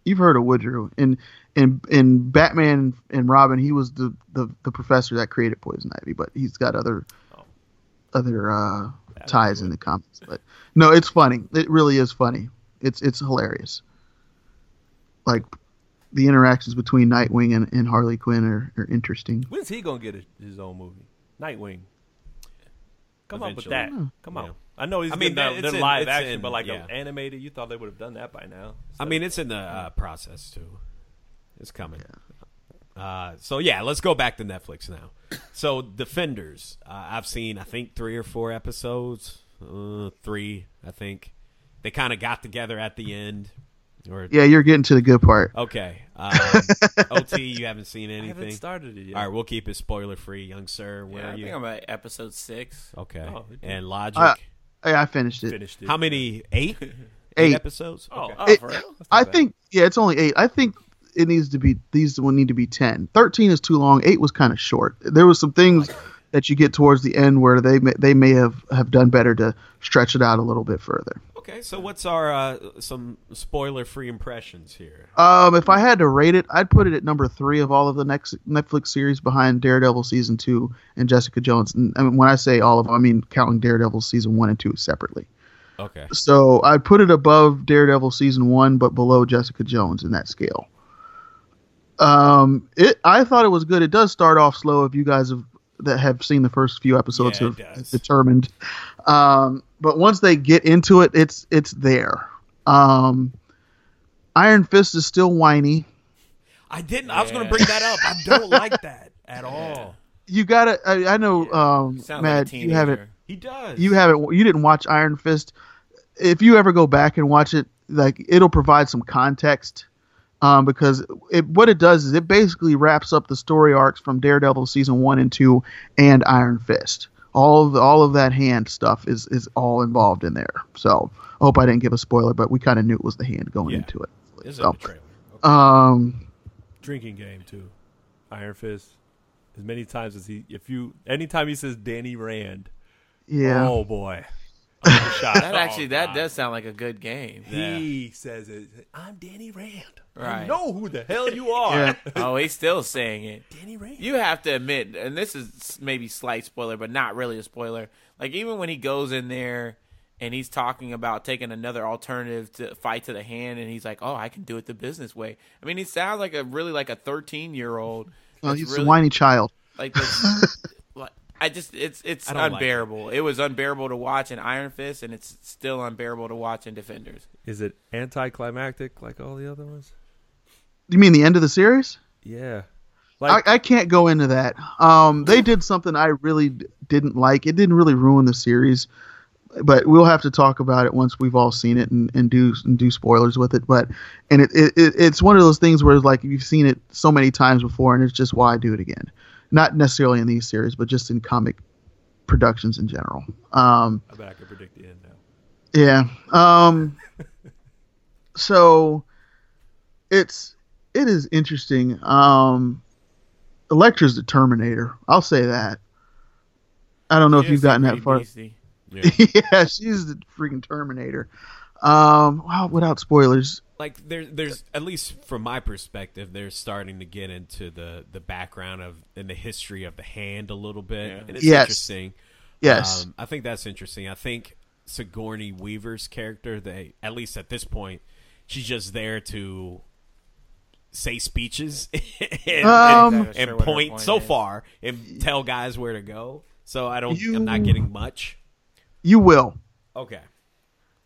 [SPEAKER 4] You've heard of Woodrew. In in in Batman and Robin, he was the, the, the professor that created Poison Ivy, but he's got other other uh, ties in the comics. But no, it's funny. It really is funny. It's it's hilarious. Like the interactions between Nightwing and, and Harley Quinn are, are interesting.
[SPEAKER 2] When's he gonna get a, his own movie? Nightwing. Come on with
[SPEAKER 1] Eventually.
[SPEAKER 2] that. Come on.
[SPEAKER 1] Yeah.
[SPEAKER 2] I know he's.
[SPEAKER 1] I mean,
[SPEAKER 2] getting
[SPEAKER 1] that-
[SPEAKER 2] that,
[SPEAKER 1] it's
[SPEAKER 2] they're
[SPEAKER 1] in-
[SPEAKER 2] live
[SPEAKER 1] it's
[SPEAKER 2] action,
[SPEAKER 1] in,
[SPEAKER 2] but like
[SPEAKER 1] yeah.
[SPEAKER 2] a animated, you thought they would have done that by now.
[SPEAKER 1] I mean, it's in the uh, process too. It's coming. Uh, so yeah, let's go back to Netflix now. So Defenders, uh, I've seen I think three or four episodes, uh, three I think. They kind of got together at the end. Or
[SPEAKER 4] Yeah, you're getting to the good part.
[SPEAKER 1] okay, um, OT, you haven't seen
[SPEAKER 2] I haven't
[SPEAKER 1] anything.
[SPEAKER 2] started it yet.
[SPEAKER 1] All right, we'll keep it spoiler free, young sir. Where
[SPEAKER 3] Yeah, I
[SPEAKER 1] are you?
[SPEAKER 3] think I'm at episode six.
[SPEAKER 1] okay,
[SPEAKER 2] Oh, it did.
[SPEAKER 1] and Logic.
[SPEAKER 4] Uh, Hey, I finished it.
[SPEAKER 2] Finished it.
[SPEAKER 1] how many? Eight.
[SPEAKER 4] Eight.
[SPEAKER 1] episodes.
[SPEAKER 2] Oh,
[SPEAKER 1] Okay.
[SPEAKER 2] oh,
[SPEAKER 4] It-
[SPEAKER 2] for real? That's not
[SPEAKER 4] I
[SPEAKER 2] bad.
[SPEAKER 4] think yeah, it's only eight. I think it needs to be these will need to be ten. Thirteen is too long. Eight was kind of short. There was some things that you get towards the end where they may, they may have, have done better to stretch it out a little bit further.
[SPEAKER 1] Okay, so what's our uh, some spoiler-free impressions here?
[SPEAKER 4] Um, if I had to rate it, I'd put it at number three of all of the next Netflix series behind Daredevil season two and Jessica Jones. And I mean, when I say all of them, I mean counting Daredevil season one and two separately.
[SPEAKER 1] Okay,
[SPEAKER 4] So I'd put it above Daredevil season one, but below Jessica Jones in that scale. Um, it I thought it was good. It does start off slow. If you guys have that have seen the first few episodes
[SPEAKER 1] Yeah,
[SPEAKER 4] have
[SPEAKER 1] it does.
[SPEAKER 4] determined, um, but once they get into it, it's it's there. Um, Iron Fist is still whiny.
[SPEAKER 1] I didn't. I was going to bring that up. I don't like that at all.
[SPEAKER 4] You gotta. I, I know, um,
[SPEAKER 3] Sounds like
[SPEAKER 4] Matt.
[SPEAKER 3] a
[SPEAKER 4] you haven't.
[SPEAKER 3] teenager.
[SPEAKER 1] He does.
[SPEAKER 4] you haven't you didn't watch Iron Fist. If you ever go back and watch it, like it'll provide some context um, because it, what it does is it basically wraps up the story arcs from Daredevil season one and two and Iron Fist. All of all of that hand stuff is is all involved in there. So I hope I didn't give a spoiler, but we kind of knew it was the hand going
[SPEAKER 1] Yeah.
[SPEAKER 4] into it.
[SPEAKER 1] It's in
[SPEAKER 4] So,
[SPEAKER 1] the trailer.
[SPEAKER 4] um,
[SPEAKER 2] Drinking game too. Iron Fist. As many times as he, if you, anytime he says Danny Rand,
[SPEAKER 4] yeah.
[SPEAKER 2] oh boy, I'm shocked.
[SPEAKER 3] That
[SPEAKER 2] Oh,
[SPEAKER 3] actually, that
[SPEAKER 2] God.
[SPEAKER 3] does sound like a good game.
[SPEAKER 2] He says it. I'm Danny Rand. I
[SPEAKER 3] Right.
[SPEAKER 2] know who the hell you are.
[SPEAKER 4] Yeah.
[SPEAKER 3] Oh, he's still saying it.
[SPEAKER 2] Danny Rand.
[SPEAKER 3] You have to admit, and this is maybe slight spoiler, but not really a spoiler. Like even when he goes in there and he's talking about taking another alternative to fight to the hand, and he's like, "Oh, I can do it the business way." I mean, he sounds like a really like a thirteen year old.
[SPEAKER 4] Well, he's a whiny child.
[SPEAKER 3] Like, this, like, I just it's it's
[SPEAKER 1] I don't like
[SPEAKER 3] unbearable. it was unbearable to watch in Iron Fist, and it's still unbearable to watch in Defenders.
[SPEAKER 2] Is it anticlimactic like all the other ones?
[SPEAKER 4] You mean the end of the series?
[SPEAKER 2] Yeah.
[SPEAKER 4] I,
[SPEAKER 2] Like
[SPEAKER 4] I can't go into that. Um, they did something I really d- didn't like. It didn't really ruin the series, but we'll have to talk about it once we've all seen it and, and do and do spoilers with it. But and it, it, it it's one of those things where like you've seen it so many times before, and it's just why do it again? Not necessarily in these series, but just in comic productions in general. Um,
[SPEAKER 2] I, bet I can predict the end now.
[SPEAKER 4] yeah. Um so it's it is interesting. Um Electra's the Terminator. I'll say that. I don't know if
[SPEAKER 3] She
[SPEAKER 4] you've
[SPEAKER 3] was
[SPEAKER 4] gotten
[SPEAKER 3] pretty
[SPEAKER 4] that far.
[SPEAKER 3] beastie.
[SPEAKER 4] yeah, she's the freaking Terminator. Um wow, without spoilers.
[SPEAKER 1] like there, there's at least from my perspective, they're starting to get into the the background of and the history of the hand a little bit, and it's
[SPEAKER 4] Yes.
[SPEAKER 1] interesting.
[SPEAKER 4] Yes.
[SPEAKER 1] Um, I think that's interesting. I think Sigourney Weaver's character, they at least at this point, she's just there to say speeches and,
[SPEAKER 4] Um,
[SPEAKER 1] and-
[SPEAKER 3] Not
[SPEAKER 1] and
[SPEAKER 3] sure what her
[SPEAKER 1] point,
[SPEAKER 3] point
[SPEAKER 1] so
[SPEAKER 3] is.
[SPEAKER 1] far and tell guys where to go. So I don't,
[SPEAKER 4] You-
[SPEAKER 1] I'm not getting much.
[SPEAKER 4] you will.
[SPEAKER 1] Okay.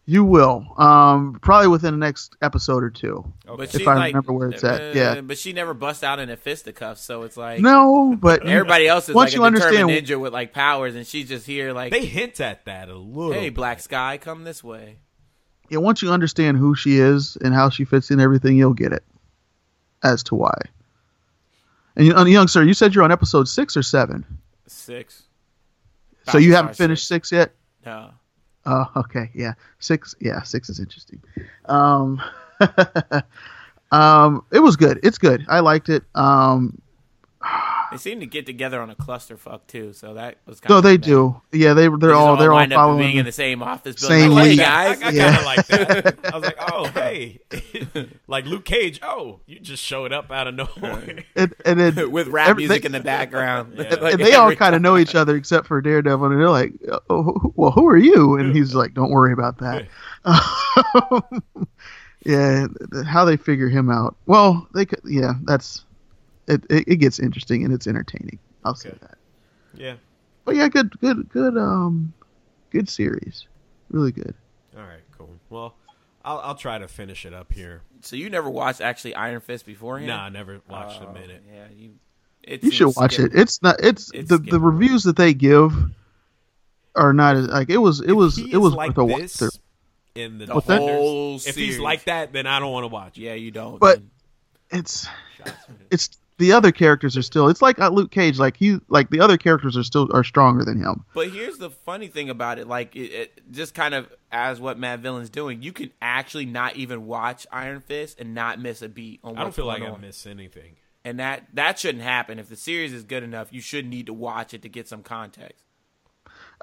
[SPEAKER 4] You will. Um probably within the next episode or two.
[SPEAKER 3] But
[SPEAKER 4] If
[SPEAKER 3] she's
[SPEAKER 4] I
[SPEAKER 3] like- uh,
[SPEAKER 4] remember where it's at, yeah.
[SPEAKER 3] But she never busts out in a fisticuff, so it's like
[SPEAKER 4] No, but
[SPEAKER 3] Everybody else is
[SPEAKER 4] Once
[SPEAKER 3] like
[SPEAKER 4] you
[SPEAKER 3] a determined
[SPEAKER 4] understand-
[SPEAKER 3] ninja with like powers, and she's just here like,
[SPEAKER 1] They hint at that a little.
[SPEAKER 3] "Hey,
[SPEAKER 1] bit.
[SPEAKER 3] Black Sky, come this way."
[SPEAKER 4] yeah, once you understand who she is and how she fits in everything, you'll get it as to why. And you, uh, young sir, you said you're on episode six or seven,
[SPEAKER 3] Six.
[SPEAKER 4] so you
[SPEAKER 3] Battlestar
[SPEAKER 4] haven't finished six yet.
[SPEAKER 3] Six. No.
[SPEAKER 4] Oh, okay, yeah, six, yeah, six is interesting. Um, um, it was good. It's good. I liked it. Um,
[SPEAKER 3] They seem to get together on a clusterfuck too, so that was kind
[SPEAKER 4] no,
[SPEAKER 3] of
[SPEAKER 4] they do. Yeah, they they're all they're all
[SPEAKER 3] wind up being
[SPEAKER 4] following.
[SPEAKER 3] in the same office
[SPEAKER 4] same
[SPEAKER 3] building. Like, hey
[SPEAKER 4] week.
[SPEAKER 3] guys,
[SPEAKER 1] I, I
[SPEAKER 4] Yeah.
[SPEAKER 1] kind of like that. I was like, oh, hey. like Luke Cage, oh, you just showed up out of nowhere.
[SPEAKER 4] and, and then
[SPEAKER 3] with rap
[SPEAKER 4] every-
[SPEAKER 3] music
[SPEAKER 4] they-
[SPEAKER 3] in the background.
[SPEAKER 4] and they all kind of know each other except for Daredevil, and they're like, oh, who- "Well, who are you?" And he's like, "Don't worry about that." yeah, th- how they figure him out. Well, they could. Yeah, that's it. It, it gets interesting and it's entertaining. I'll say
[SPEAKER 1] Okay.
[SPEAKER 4] that.
[SPEAKER 1] yeah.
[SPEAKER 4] But yeah, good, good, good. Um, good series, really good.
[SPEAKER 1] All right, cool. Well, I'll, I'll try to finish it up here.
[SPEAKER 3] So you never watched actually Iron Fist beforehand? Oh,
[SPEAKER 1] Nah, I never watched
[SPEAKER 3] Uh,
[SPEAKER 1] a minute.
[SPEAKER 3] Yeah, you. It
[SPEAKER 4] You should
[SPEAKER 3] seems
[SPEAKER 4] watch
[SPEAKER 3] skip-
[SPEAKER 4] it. It's not. It's,
[SPEAKER 3] It's
[SPEAKER 4] the the
[SPEAKER 3] skippable.
[SPEAKER 4] reviews that they give are not as like it was. It was.
[SPEAKER 1] He
[SPEAKER 4] It was
[SPEAKER 1] is like
[SPEAKER 4] worth a watch.
[SPEAKER 1] this
[SPEAKER 4] through.
[SPEAKER 1] in the
[SPEAKER 3] The
[SPEAKER 1] Defenders.
[SPEAKER 3] whole
[SPEAKER 1] If he's
[SPEAKER 3] series.
[SPEAKER 1] like that, then I don't want to watch it.
[SPEAKER 3] Yeah, you don't.
[SPEAKER 4] But-
[SPEAKER 1] Mm.
[SPEAKER 3] then.
[SPEAKER 4] it's it's the other characters are still it's like uh, Luke Cage like he like the other characters are still are stronger than him.
[SPEAKER 3] But here's the funny thing about it, like it, it just kind of as what Matt Villain's doing, you can actually not even watch Iron Fist and not miss a beat. On
[SPEAKER 1] I don't
[SPEAKER 3] what's
[SPEAKER 1] feel like
[SPEAKER 3] going
[SPEAKER 1] I
[SPEAKER 3] on.
[SPEAKER 1] miss anything.
[SPEAKER 3] and that that shouldn't happen. If the series is good enough, you should need to watch it to get some context.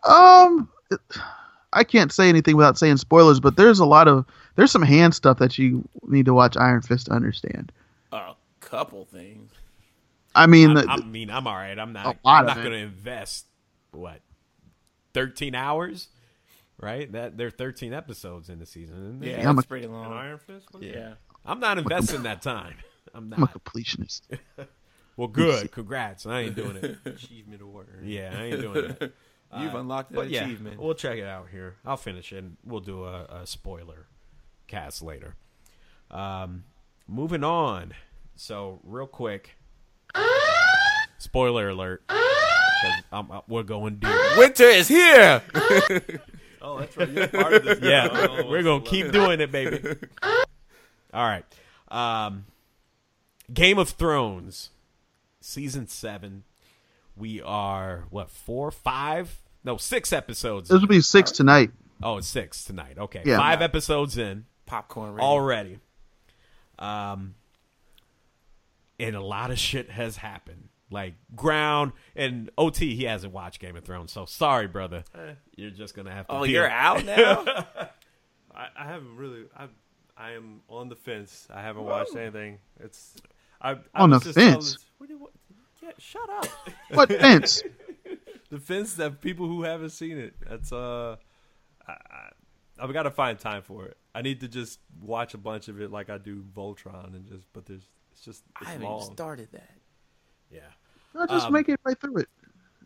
[SPEAKER 4] Um, I can't say anything without saying spoilers, but there's a lot of there's some hand stuff that you need to watch Iron Fist to understand.
[SPEAKER 3] A couple things.
[SPEAKER 4] I mean,
[SPEAKER 1] I,
[SPEAKER 4] the-
[SPEAKER 1] I mean, I'm all right. I'm not.
[SPEAKER 4] A lot
[SPEAKER 1] I'm
[SPEAKER 4] of
[SPEAKER 1] not
[SPEAKER 4] it.
[SPEAKER 1] going to invest what 13 hours, right? That there are 13 episodes in the season. isn't there?
[SPEAKER 3] Yeah,
[SPEAKER 4] Yeah, I'm
[SPEAKER 3] it's
[SPEAKER 4] a-
[SPEAKER 3] pretty long.
[SPEAKER 2] An Iron Fist? What is
[SPEAKER 3] yeah.
[SPEAKER 2] it?
[SPEAKER 1] I'm not investing that time. I'm
[SPEAKER 4] I'm a
[SPEAKER 1] not.
[SPEAKER 4] completionist.
[SPEAKER 1] Well, good. Congrats. I ain't doing it.
[SPEAKER 2] Achievement award.
[SPEAKER 1] Yeah, I ain't doing it.
[SPEAKER 3] You've unlocked that
[SPEAKER 1] But yeah,
[SPEAKER 3] achievement.
[SPEAKER 1] we'll check it out here. I'll finish it. and We'll do a, a spoiler cast later. Um, moving on. So real quick, spoiler alert. 'cause I'm- I'm- we're going deep.
[SPEAKER 3] Winter is here.
[SPEAKER 2] Oh, that's right. You're part of this. Oh,
[SPEAKER 1] Yeah,
[SPEAKER 2] it's
[SPEAKER 1] we're gonna
[SPEAKER 2] a
[SPEAKER 1] keep doing it, baby. All right, um, Game of Thrones, season seven. We are what four, five? No, six episodes.
[SPEAKER 4] This will be six tonight.
[SPEAKER 1] Oh, it's six tonight. Okay,
[SPEAKER 4] Yeah.
[SPEAKER 1] five episodes in
[SPEAKER 3] Popcorn. Ready.
[SPEAKER 1] already. Um, and a lot of shit has happened. Like ground and OT, he hasn't watched Game of Thrones, so sorry, brother. You're just gonna have to.
[SPEAKER 3] Eh. Oh,
[SPEAKER 1] deal.
[SPEAKER 3] you're out now.
[SPEAKER 2] I, I haven't really. I I am on the fence. I haven't watched anything. It's I, I
[SPEAKER 4] On
[SPEAKER 2] was
[SPEAKER 4] the
[SPEAKER 2] just telling
[SPEAKER 4] fence?
[SPEAKER 2] this- What do you want? Yeah, shut up.
[SPEAKER 4] What fence?
[SPEAKER 2] the fence that people who haven't seen it. That's uh, I, I, I've got to find time for it. I need to just watch a bunch of it like I do Voltron and just. But there's it's just
[SPEAKER 3] I
[SPEAKER 2] it's
[SPEAKER 3] haven't even
[SPEAKER 2] long.
[SPEAKER 3] started that.
[SPEAKER 1] Yeah.
[SPEAKER 4] No, just
[SPEAKER 1] Um,
[SPEAKER 4] make it right through it.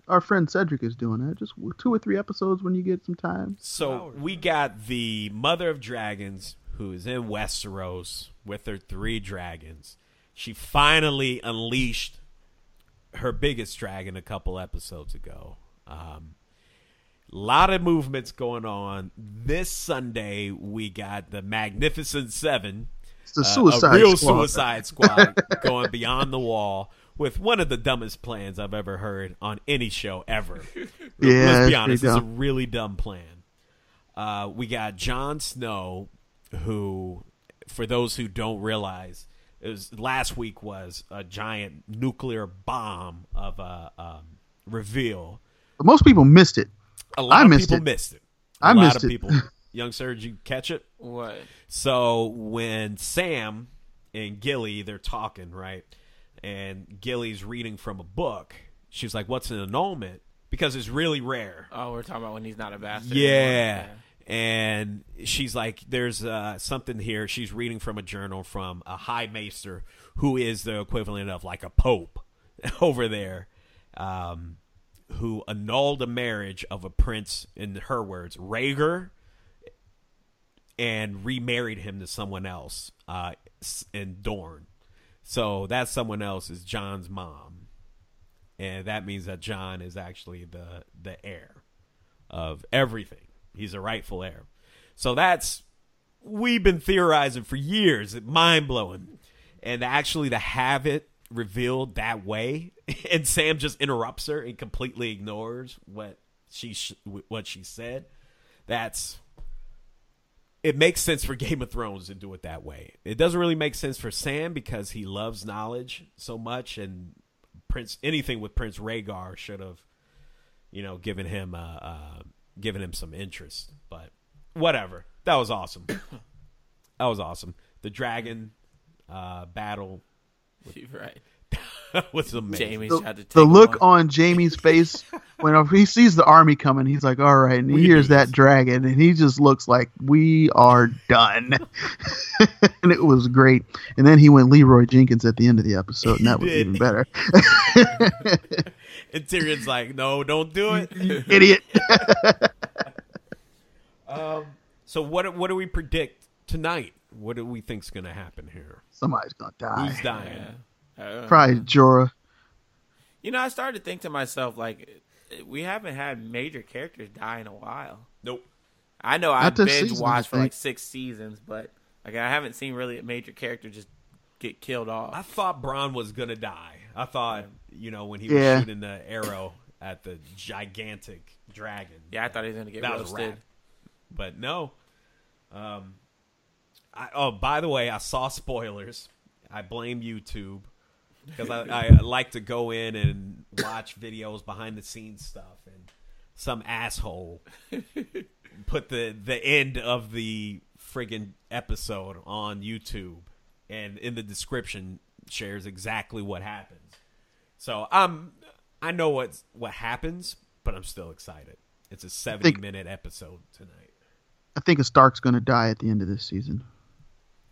[SPEAKER 4] Our friend Cedric is doing that. Just w- two or three episodes when you get some time.
[SPEAKER 1] So
[SPEAKER 2] Flowers,
[SPEAKER 1] we got the mother of dragons who is in Westeros with her three dragons. She finally unleashed her biggest dragon a couple episodes ago. Um, lot of movements going on. This Sunday we got the Magnificent Seven,
[SPEAKER 4] It's the
[SPEAKER 1] uh,
[SPEAKER 4] Suicide
[SPEAKER 1] a real
[SPEAKER 4] Squad.
[SPEAKER 1] Suicide Squad going beyond the wall with one of the dumbest plans I've ever heard on any show ever.
[SPEAKER 4] Yeah,
[SPEAKER 1] Let's
[SPEAKER 4] it's
[SPEAKER 1] be honest,
[SPEAKER 4] pretty
[SPEAKER 1] it's a
[SPEAKER 4] dumb.
[SPEAKER 1] really dumb plan. Uh, we got Jon Snow, who, for those who don't realize, it was last week was a giant nuclear bomb of a um, reveal.
[SPEAKER 4] But most people missed it.
[SPEAKER 1] A lot
[SPEAKER 4] I
[SPEAKER 1] of
[SPEAKER 4] missed
[SPEAKER 1] people
[SPEAKER 4] it.
[SPEAKER 1] missed it. A
[SPEAKER 4] I
[SPEAKER 1] lot
[SPEAKER 4] missed
[SPEAKER 1] of
[SPEAKER 4] it.
[SPEAKER 1] people. Young Serge, you catch it?
[SPEAKER 3] What?
[SPEAKER 1] So when Sam and Gilly they're talking, right? And Gilly's reading from a book. She's like, "What's an annulment?" Because it's really rare.
[SPEAKER 3] Oh, we're talking about when he's not a bastard.
[SPEAKER 1] Yeah. And she's like, there's uh, something here. She's reading from a journal from a high maester who is the equivalent of like a pope over there, um, who annulled a marriage of a prince, in her words, Rhaegar, and remarried him to someone else uh, s- in Dorne. So that someone else is John's mom. And that means that John is actually the, the heir of everything. He's a rightful heir. So that's we've been theorizing for years, mind blowing. And actually to have it revealed that way and Sam just interrupts her and completely ignores what she sh- what she said. That's it makes sense for Game of Thrones to do it that way. It doesn't really make sense for Sam because he loves knowledge so much and Prince anything with Prince Rhaegar should have you know, giving him uh, uh, giving him some interest. But whatever, that was awesome. that was awesome. The dragon uh, battle
[SPEAKER 3] You're right.
[SPEAKER 1] was amazing.
[SPEAKER 3] Jamie
[SPEAKER 4] The,
[SPEAKER 3] tried to take
[SPEAKER 4] the look
[SPEAKER 3] one.
[SPEAKER 4] on Jamie's face when he sees the army coming, he's like, "All right," and he
[SPEAKER 1] can
[SPEAKER 4] hears
[SPEAKER 1] do
[SPEAKER 4] that dragon, and he just looks like, "We are done." and it was great. And then he went Leroy Jenkins at the end of the episode, and that was
[SPEAKER 1] did.
[SPEAKER 4] even better.
[SPEAKER 1] And Tyrion's like, "No, don't do it."
[SPEAKER 4] Idiot.
[SPEAKER 1] so what? What do we predict tonight? What do we think's going to happen here?
[SPEAKER 4] Somebody's gonna
[SPEAKER 1] Who's
[SPEAKER 4] die.
[SPEAKER 1] dying?
[SPEAKER 3] Uh,
[SPEAKER 4] Probably Jorah.
[SPEAKER 3] You know, I started to think to myself, like, we haven't had major characters die in a while.
[SPEAKER 1] Nope.
[SPEAKER 3] I know I
[SPEAKER 4] Not this
[SPEAKER 3] binge
[SPEAKER 4] season,
[SPEAKER 3] watched
[SPEAKER 4] I
[SPEAKER 3] for like
[SPEAKER 4] think.
[SPEAKER 3] six seasons, but like I haven't seen really a major character just get killed
[SPEAKER 1] I
[SPEAKER 3] off.
[SPEAKER 1] thought Braun was going to die. I thought, you know, when he
[SPEAKER 4] Yeah.
[SPEAKER 1] was shooting the arrow at the gigantic dragon.
[SPEAKER 3] Yeah, I thought he was gonna get
[SPEAKER 1] that was a
[SPEAKER 3] roasted.
[SPEAKER 1] wrap. But no. Um, I, oh, by the way, I saw spoilers. I blame YouTube because I, I like to go in and watch videos behind the scenes stuff, and some asshole put the the end of the friggin' episode on YouTube, and in the description shares exactly what happens. So I'm I know what's what happens, but I'm still excited. It's a 70
[SPEAKER 4] think-
[SPEAKER 1] minute episode tonight.
[SPEAKER 4] I think a Stark's going to die at the end of this season.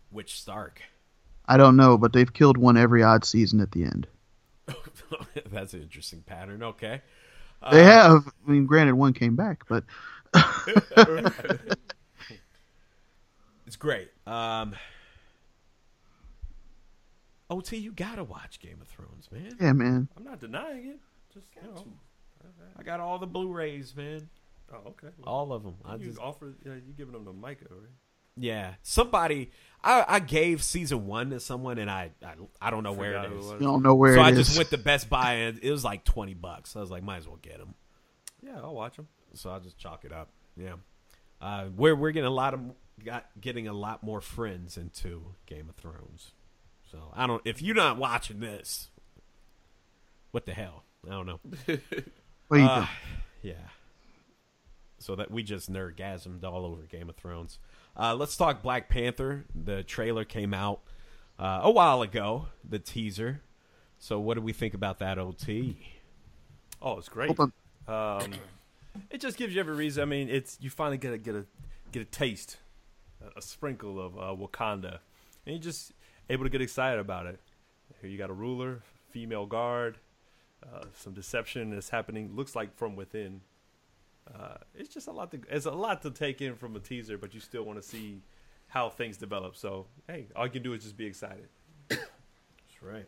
[SPEAKER 1] Which Stark?
[SPEAKER 4] I don't know, but they've killed one every odd season at the end.
[SPEAKER 1] That's an interesting pattern. Okay.
[SPEAKER 4] They
[SPEAKER 1] Uh,
[SPEAKER 4] have. I mean, granted, one came back, but
[SPEAKER 1] It's great. Um, OT, you gotta watch Game of Thrones, man.
[SPEAKER 4] yeah, man.
[SPEAKER 2] I'm not denying it. Just you know.
[SPEAKER 1] I got all the Blu-rays, man.
[SPEAKER 2] Oh, okay. Well,
[SPEAKER 1] All of them. I
[SPEAKER 2] you
[SPEAKER 1] just,
[SPEAKER 2] offer. You know, you giving them to Micah, right?
[SPEAKER 1] yeah. Somebody, I, I gave season one to someone, and I, I, I don't know where it
[SPEAKER 2] Forgot who
[SPEAKER 1] is.
[SPEAKER 2] it was.
[SPEAKER 4] You don't know where
[SPEAKER 1] so
[SPEAKER 4] it
[SPEAKER 1] I
[SPEAKER 4] is.
[SPEAKER 1] just went to Best Buy, and it was like twenty bucks. I was like, might as well get them.
[SPEAKER 2] Yeah, I'll watch them.
[SPEAKER 1] So I just chalk it up. Yeah. Uh, we're we're getting a lot of got getting a lot more friends into Game of Thrones. So I don't. If you're not watching this, what the hell? I don't know.
[SPEAKER 4] What do you
[SPEAKER 1] Uh,
[SPEAKER 4] think?
[SPEAKER 1] yeah. So that we just nerdgasmed all over Game of Thrones. Uh, let's talk Black Panther. The trailer came out uh, a while ago. The teaser. So what do we think about that OT?
[SPEAKER 2] Oh, it's great.
[SPEAKER 4] Hold on.
[SPEAKER 2] Um, it just gives you every reason. I mean, it's you finally get a get a get a taste, a, a sprinkle of uh, Wakanda, and you're just able to get excited about it. Here you got a ruler, female guard, uh, some deception that's happening. Looks like from within. Uh, it's just a lot to it's a lot to take in from a teaser, but you still want to see how things develop. So hey, all you can do is just be excited.
[SPEAKER 1] That's right,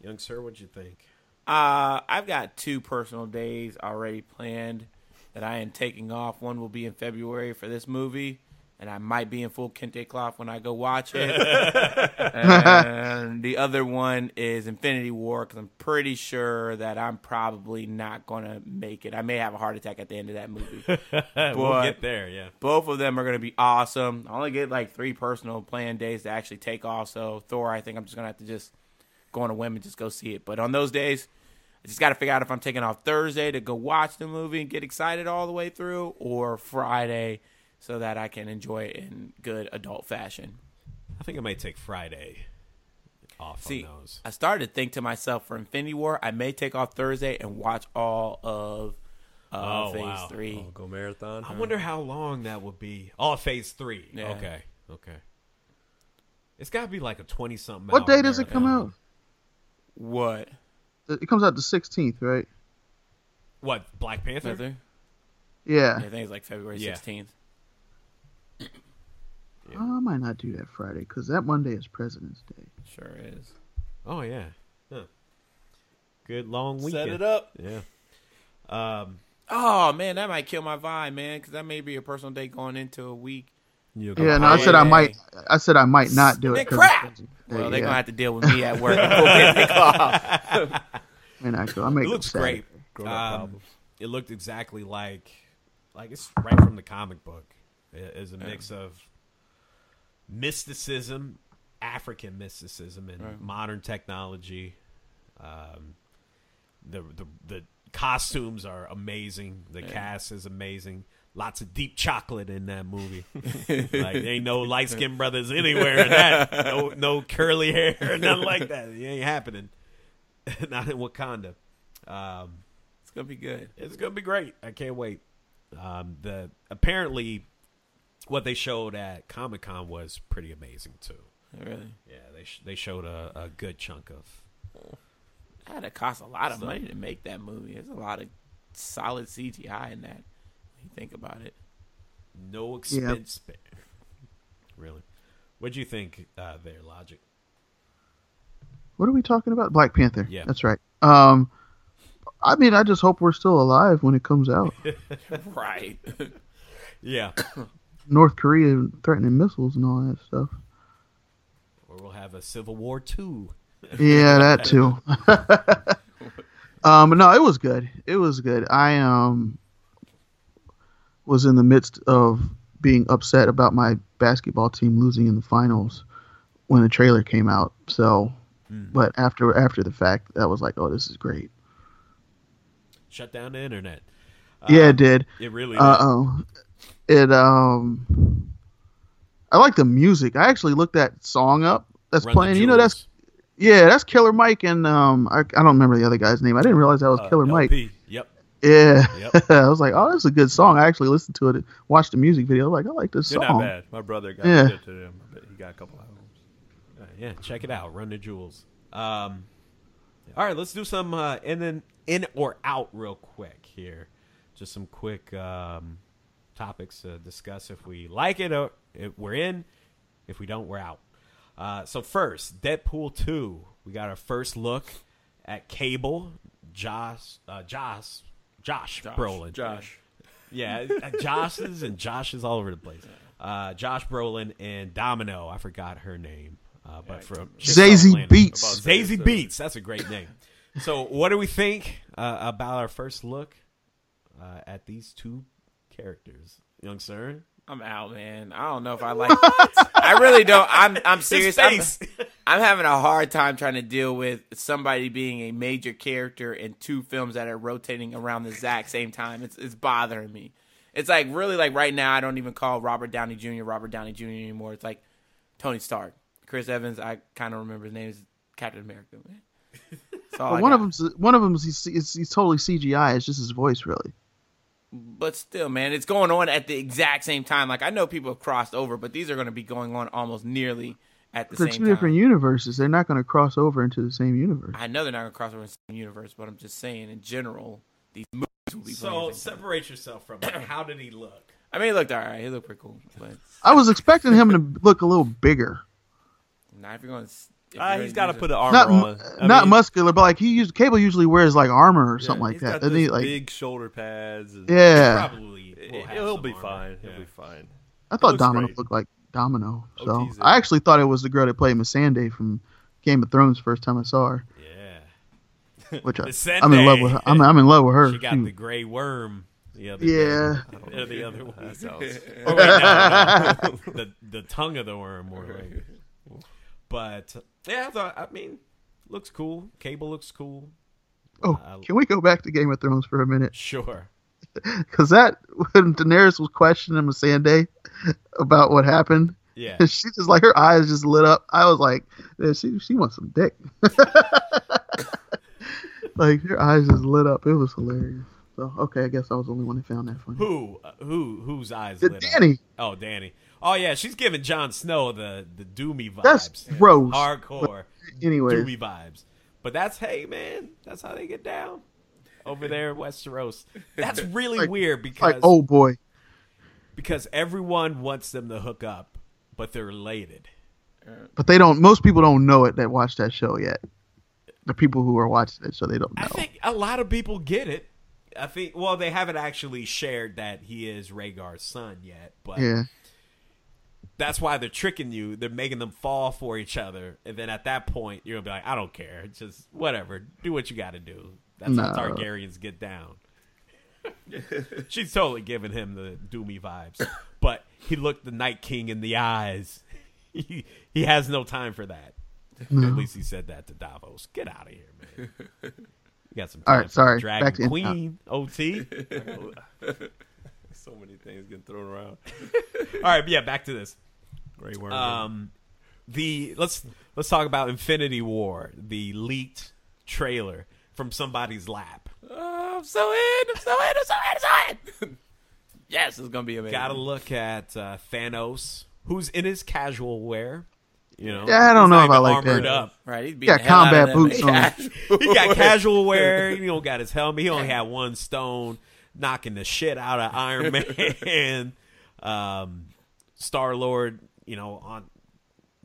[SPEAKER 1] young sir. What'd you think?
[SPEAKER 3] Uh, I've got two personal days already planned that I am taking off. One will be in February for this movie, and I might be in full kente cloth when I go watch it. and the other one is Infinity War because I'm pretty sure that I'm probably not going to make it. I may have a heart attack at the end of that movie.
[SPEAKER 1] we'll
[SPEAKER 3] But-
[SPEAKER 1] get there. Yeah.
[SPEAKER 3] Both of them are going to be awesome. I only get like three personal planned days to actually take off. So Thor, I think I'm just going to have to just go on a whim and just go see it. But on those days, I just got to figure out if I'm taking off Thursday to go watch the movie and get excited all the way through, or Friday so that I can enjoy it in good adult fashion.
[SPEAKER 1] I think I might take Friday off
[SPEAKER 3] See,
[SPEAKER 1] on those.
[SPEAKER 3] I started to think to myself for Infinity War, I may take off Thursday and watch all of uh,
[SPEAKER 1] Oh,
[SPEAKER 3] Phase
[SPEAKER 1] wow.
[SPEAKER 3] Three.
[SPEAKER 2] go marathon.
[SPEAKER 1] I wonder how long that would be. Oh, phase three.
[SPEAKER 3] Yeah.
[SPEAKER 1] Okay. Okay. It's got to be like a 20 something.
[SPEAKER 4] What day does it come out?
[SPEAKER 3] What?
[SPEAKER 4] It comes out the 16th, right?
[SPEAKER 1] What, Black Panther?
[SPEAKER 3] Heather?
[SPEAKER 4] Yeah.
[SPEAKER 3] I think it's like February
[SPEAKER 1] Yeah.
[SPEAKER 3] 16th.
[SPEAKER 4] Oh, I might not do that Friday because that Monday is President's Day.
[SPEAKER 3] Sure is.
[SPEAKER 1] Oh, yeah. Huh. Good long weekend.
[SPEAKER 2] set it up.
[SPEAKER 1] Yeah.
[SPEAKER 3] Oh man, that might kill my vibe, man, because that may be a personal day going into a week.
[SPEAKER 1] Oh,
[SPEAKER 4] Yeah, no, I said I might. I said I might not do
[SPEAKER 3] Then
[SPEAKER 4] it. 'cause
[SPEAKER 3] crap!
[SPEAKER 4] it's President's Day,
[SPEAKER 3] Well, they're
[SPEAKER 4] yeah.
[SPEAKER 3] gonna have to deal with me at work. Full day of off.
[SPEAKER 4] May not go. I make
[SPEAKER 1] It looks
[SPEAKER 4] Saturday.
[SPEAKER 1] great. Um, it looked exactly like, like it's right from the comic book. It is a mix of mysticism, African mysticism, and modern technology. Um, the the the costumes are amazing. The cast is amazing. Lots of deep chocolate in that movie. like there ain't no light skinned brothers anywhere in that. No no curly hair, nothing like that. It ain't happening. Not in Wakanda. Um,
[SPEAKER 3] It's gonna be good.
[SPEAKER 1] it's gonna be great. I can't wait. Um, the apparently what they showed at Comic Con was pretty amazing too.
[SPEAKER 3] Really,
[SPEAKER 1] Yeah, they sh- they showed a, a good chunk of.
[SPEAKER 3] that had to cost a lot of money to make that movie. There's a lot of solid CGI in that. When you think about it.
[SPEAKER 1] No expense spared. Really, what'd you think? Uh, their logic.
[SPEAKER 4] What are we talking about? Black Panther.
[SPEAKER 1] Yeah.
[SPEAKER 4] that's right. Um, I mean, I just hope we're still alive when it comes out.
[SPEAKER 3] Right.
[SPEAKER 1] Yeah,
[SPEAKER 4] North Korea threatening missiles and all that stuff.
[SPEAKER 1] or we'll have a Civil War two.
[SPEAKER 4] Yeah, that too. um, no, it was good. It was good. I um was in the midst of being upset about my basketball team losing in the finals when the trailer came out. So
[SPEAKER 1] Hmm.
[SPEAKER 4] But after after the fact, that was like, oh, this is great.
[SPEAKER 1] Shut down the internet.
[SPEAKER 4] yeah, it did.
[SPEAKER 1] Uh, It really
[SPEAKER 4] Uh oh. It um. I like the music. I actually looked that song up.
[SPEAKER 1] did.
[SPEAKER 4] That's
[SPEAKER 1] Run the
[SPEAKER 4] playing. You know, that's
[SPEAKER 1] jewels.
[SPEAKER 4] yeah, that's Killer Mike and um. I, I don't remember the other guy's name. I didn't realize that was
[SPEAKER 2] Uh,
[SPEAKER 4] Killer Mike.
[SPEAKER 2] LP.
[SPEAKER 1] Yep.
[SPEAKER 4] Yeah.
[SPEAKER 1] Yep.
[SPEAKER 4] I was like, oh, that's a good song. I actually listened to it, watched the music video. I was like, I like this
[SPEAKER 2] They're
[SPEAKER 4] song.
[SPEAKER 2] not bad. My brother got
[SPEAKER 4] Yeah.
[SPEAKER 2] it to them. but He got a couple albums.
[SPEAKER 1] Uh, yeah, check it out. Run the jewels. Um, all right, let's do some uh, in and in or out real quick here. Just some quick um, topics to discuss if we like it or if we're in. If we don't, we're out. Uh, so first, Deadpool two. We got our first look at Cable, Josh, uh, Josh, Josh, Brolin,
[SPEAKER 2] Josh.
[SPEAKER 1] yeah, uh, Josh's and Josh's all over the place. Uh, Josh Brolin and Domino. I forgot her name, uh, but from she's from
[SPEAKER 4] Zazie
[SPEAKER 1] Atlanta.
[SPEAKER 4] Beats.
[SPEAKER 1] Zazie Beats. That's a great name. So, what do we think uh, about our first look uh, at these two characters, young sir?
[SPEAKER 3] I'm out, man. I don't know if I like. I really don't. I'm I'm serious. I'm,
[SPEAKER 1] face.
[SPEAKER 3] I'm having a hard time trying to deal with somebody being a major character in two films that are rotating around the exact same time. It's it's bothering me. It's like really like right now. I don't even call Robert Downey Jr. Robert Downey Jr. anymore. It's like Tony Stark, Chris Evans. I kind of remember his name is Captain America. Man. That's all Oh,
[SPEAKER 4] But
[SPEAKER 3] I
[SPEAKER 4] one
[SPEAKER 3] got.
[SPEAKER 4] of them's one of them's he's, he's, he's totally CGI. It's just his voice, really.
[SPEAKER 3] But still, man, it's going on at the exact same time. Like I know people have crossed over, but these are going to be going on almost nearly at the
[SPEAKER 4] They're
[SPEAKER 3] same
[SPEAKER 4] two
[SPEAKER 3] time.
[SPEAKER 4] different universes. They're not going to cross over into the same universe.
[SPEAKER 3] I know they're not going to cross over in the same universe, but I'm just saying in general, these movies will be. playing
[SPEAKER 1] So,
[SPEAKER 3] at the same time.
[SPEAKER 1] separate yourself from it. How did he look?
[SPEAKER 3] I mean, he looked all right. He looked pretty cool, but
[SPEAKER 4] I was expecting him to look a little bigger,
[SPEAKER 3] not if you're going. to
[SPEAKER 2] Uh, he's got to put an armor
[SPEAKER 4] not
[SPEAKER 2] on.
[SPEAKER 4] mu-
[SPEAKER 2] I
[SPEAKER 4] not
[SPEAKER 2] mean,
[SPEAKER 4] muscular, but like he used cable usually wears like armor or something like
[SPEAKER 2] he's got
[SPEAKER 4] that. Doesn't he
[SPEAKER 2] those
[SPEAKER 4] like
[SPEAKER 2] big shoulder pads. And
[SPEAKER 4] yeah,
[SPEAKER 1] Probably. will
[SPEAKER 2] It-
[SPEAKER 1] have
[SPEAKER 2] He'll
[SPEAKER 1] some
[SPEAKER 2] be
[SPEAKER 1] armor.
[SPEAKER 2] fine. He'll
[SPEAKER 1] Yeah.
[SPEAKER 2] be fine.
[SPEAKER 4] I thought
[SPEAKER 2] looks
[SPEAKER 4] Domino
[SPEAKER 2] great.
[SPEAKER 4] looked like Domino.
[SPEAKER 1] Oh,
[SPEAKER 4] So
[SPEAKER 2] OT's in.
[SPEAKER 4] I actually thought it was the girl that played Missandei from Game of Thrones. First time I saw her,
[SPEAKER 1] Yeah.
[SPEAKER 4] which I,
[SPEAKER 1] Missandei.
[SPEAKER 4] I'm in love with. Her. I'm I'm in love with her.
[SPEAKER 1] She got
[SPEAKER 4] She-
[SPEAKER 1] the gray worm. The other
[SPEAKER 4] yeah,
[SPEAKER 1] Day. Or the other one.
[SPEAKER 2] That sounds.
[SPEAKER 1] Or wait, no, no. the the tongue of the worm, more like. But yeah, I thought. I mean, looks cool. Cable looks cool.
[SPEAKER 4] Oh,
[SPEAKER 1] I-
[SPEAKER 4] can we go back to Game of Thrones for a minute?
[SPEAKER 1] Sure.
[SPEAKER 4] Because that when Daenerys was questioning Missandei about what happened,
[SPEAKER 1] Yeah.
[SPEAKER 4] she just like her eyes just lit up. I was like, "Yeah, she she wants some dick. like her eyes just lit up. It was hilarious. So okay, I guess I was the only one that found that funny.
[SPEAKER 1] Who? uh, Who? Whose eyes
[SPEAKER 4] The
[SPEAKER 1] lit
[SPEAKER 4] Danny,
[SPEAKER 1] up? Oh, Danny. Oh yeah, she's giving Jon Snow the the doomy vibes.
[SPEAKER 4] that's gross.
[SPEAKER 1] Hardcore
[SPEAKER 4] Anyway,
[SPEAKER 1] doomy vibes. But that's hey man, that's how they get down over there in Westeros. That's really
[SPEAKER 4] Like-
[SPEAKER 1] weird because
[SPEAKER 4] like oh boy,
[SPEAKER 1] because everyone wants them to hook up, but they're related.
[SPEAKER 4] but they don't. Most people don't know it that watch that show yet. The people who are watching it, so they don't know.
[SPEAKER 1] I think a lot of people get it. I think well, they haven't actually shared that he is Rhaegar's son yet, but
[SPEAKER 4] yeah,
[SPEAKER 1] that's why they're tricking you. They're making them fall for each other, and then at that point, you're gonna be like, "I don't care, It's just whatever, do what you got to do." That's
[SPEAKER 4] No.
[SPEAKER 1] how Targaryens get down. She's totally giving him the doomy vibes, but he looked the Night King in the eyes. He, he has no time for that. At least he said that to Davos. Get out of here, man. You got some
[SPEAKER 4] All
[SPEAKER 1] time
[SPEAKER 4] right,
[SPEAKER 1] for the
[SPEAKER 4] sorry.
[SPEAKER 1] Dragon
[SPEAKER 4] Back to in-
[SPEAKER 1] Queen OT.
[SPEAKER 2] So many things getting thrown around. Uh,
[SPEAKER 1] All right, yeah, back to this.
[SPEAKER 2] Great worm.
[SPEAKER 1] um the let's let's talk about Infinity War, the leaked trailer from somebody's lap.
[SPEAKER 3] Oh, I'm so in. I'm so in. I'm so in. I'm so in. yes, it's going to be amazing.
[SPEAKER 1] Got to look at uh, Thanos, who's in his casual wear. You know,
[SPEAKER 4] Yeah, I don't
[SPEAKER 1] He's not
[SPEAKER 4] know if I
[SPEAKER 1] even
[SPEAKER 4] like that.
[SPEAKER 1] armored Up.
[SPEAKER 3] right. He's
[SPEAKER 4] got combat boots on.
[SPEAKER 1] He got casual wear. He don't got his helmet. He only had one stone, knocking the shit out of Iron Man. um, Star Lord, you know, on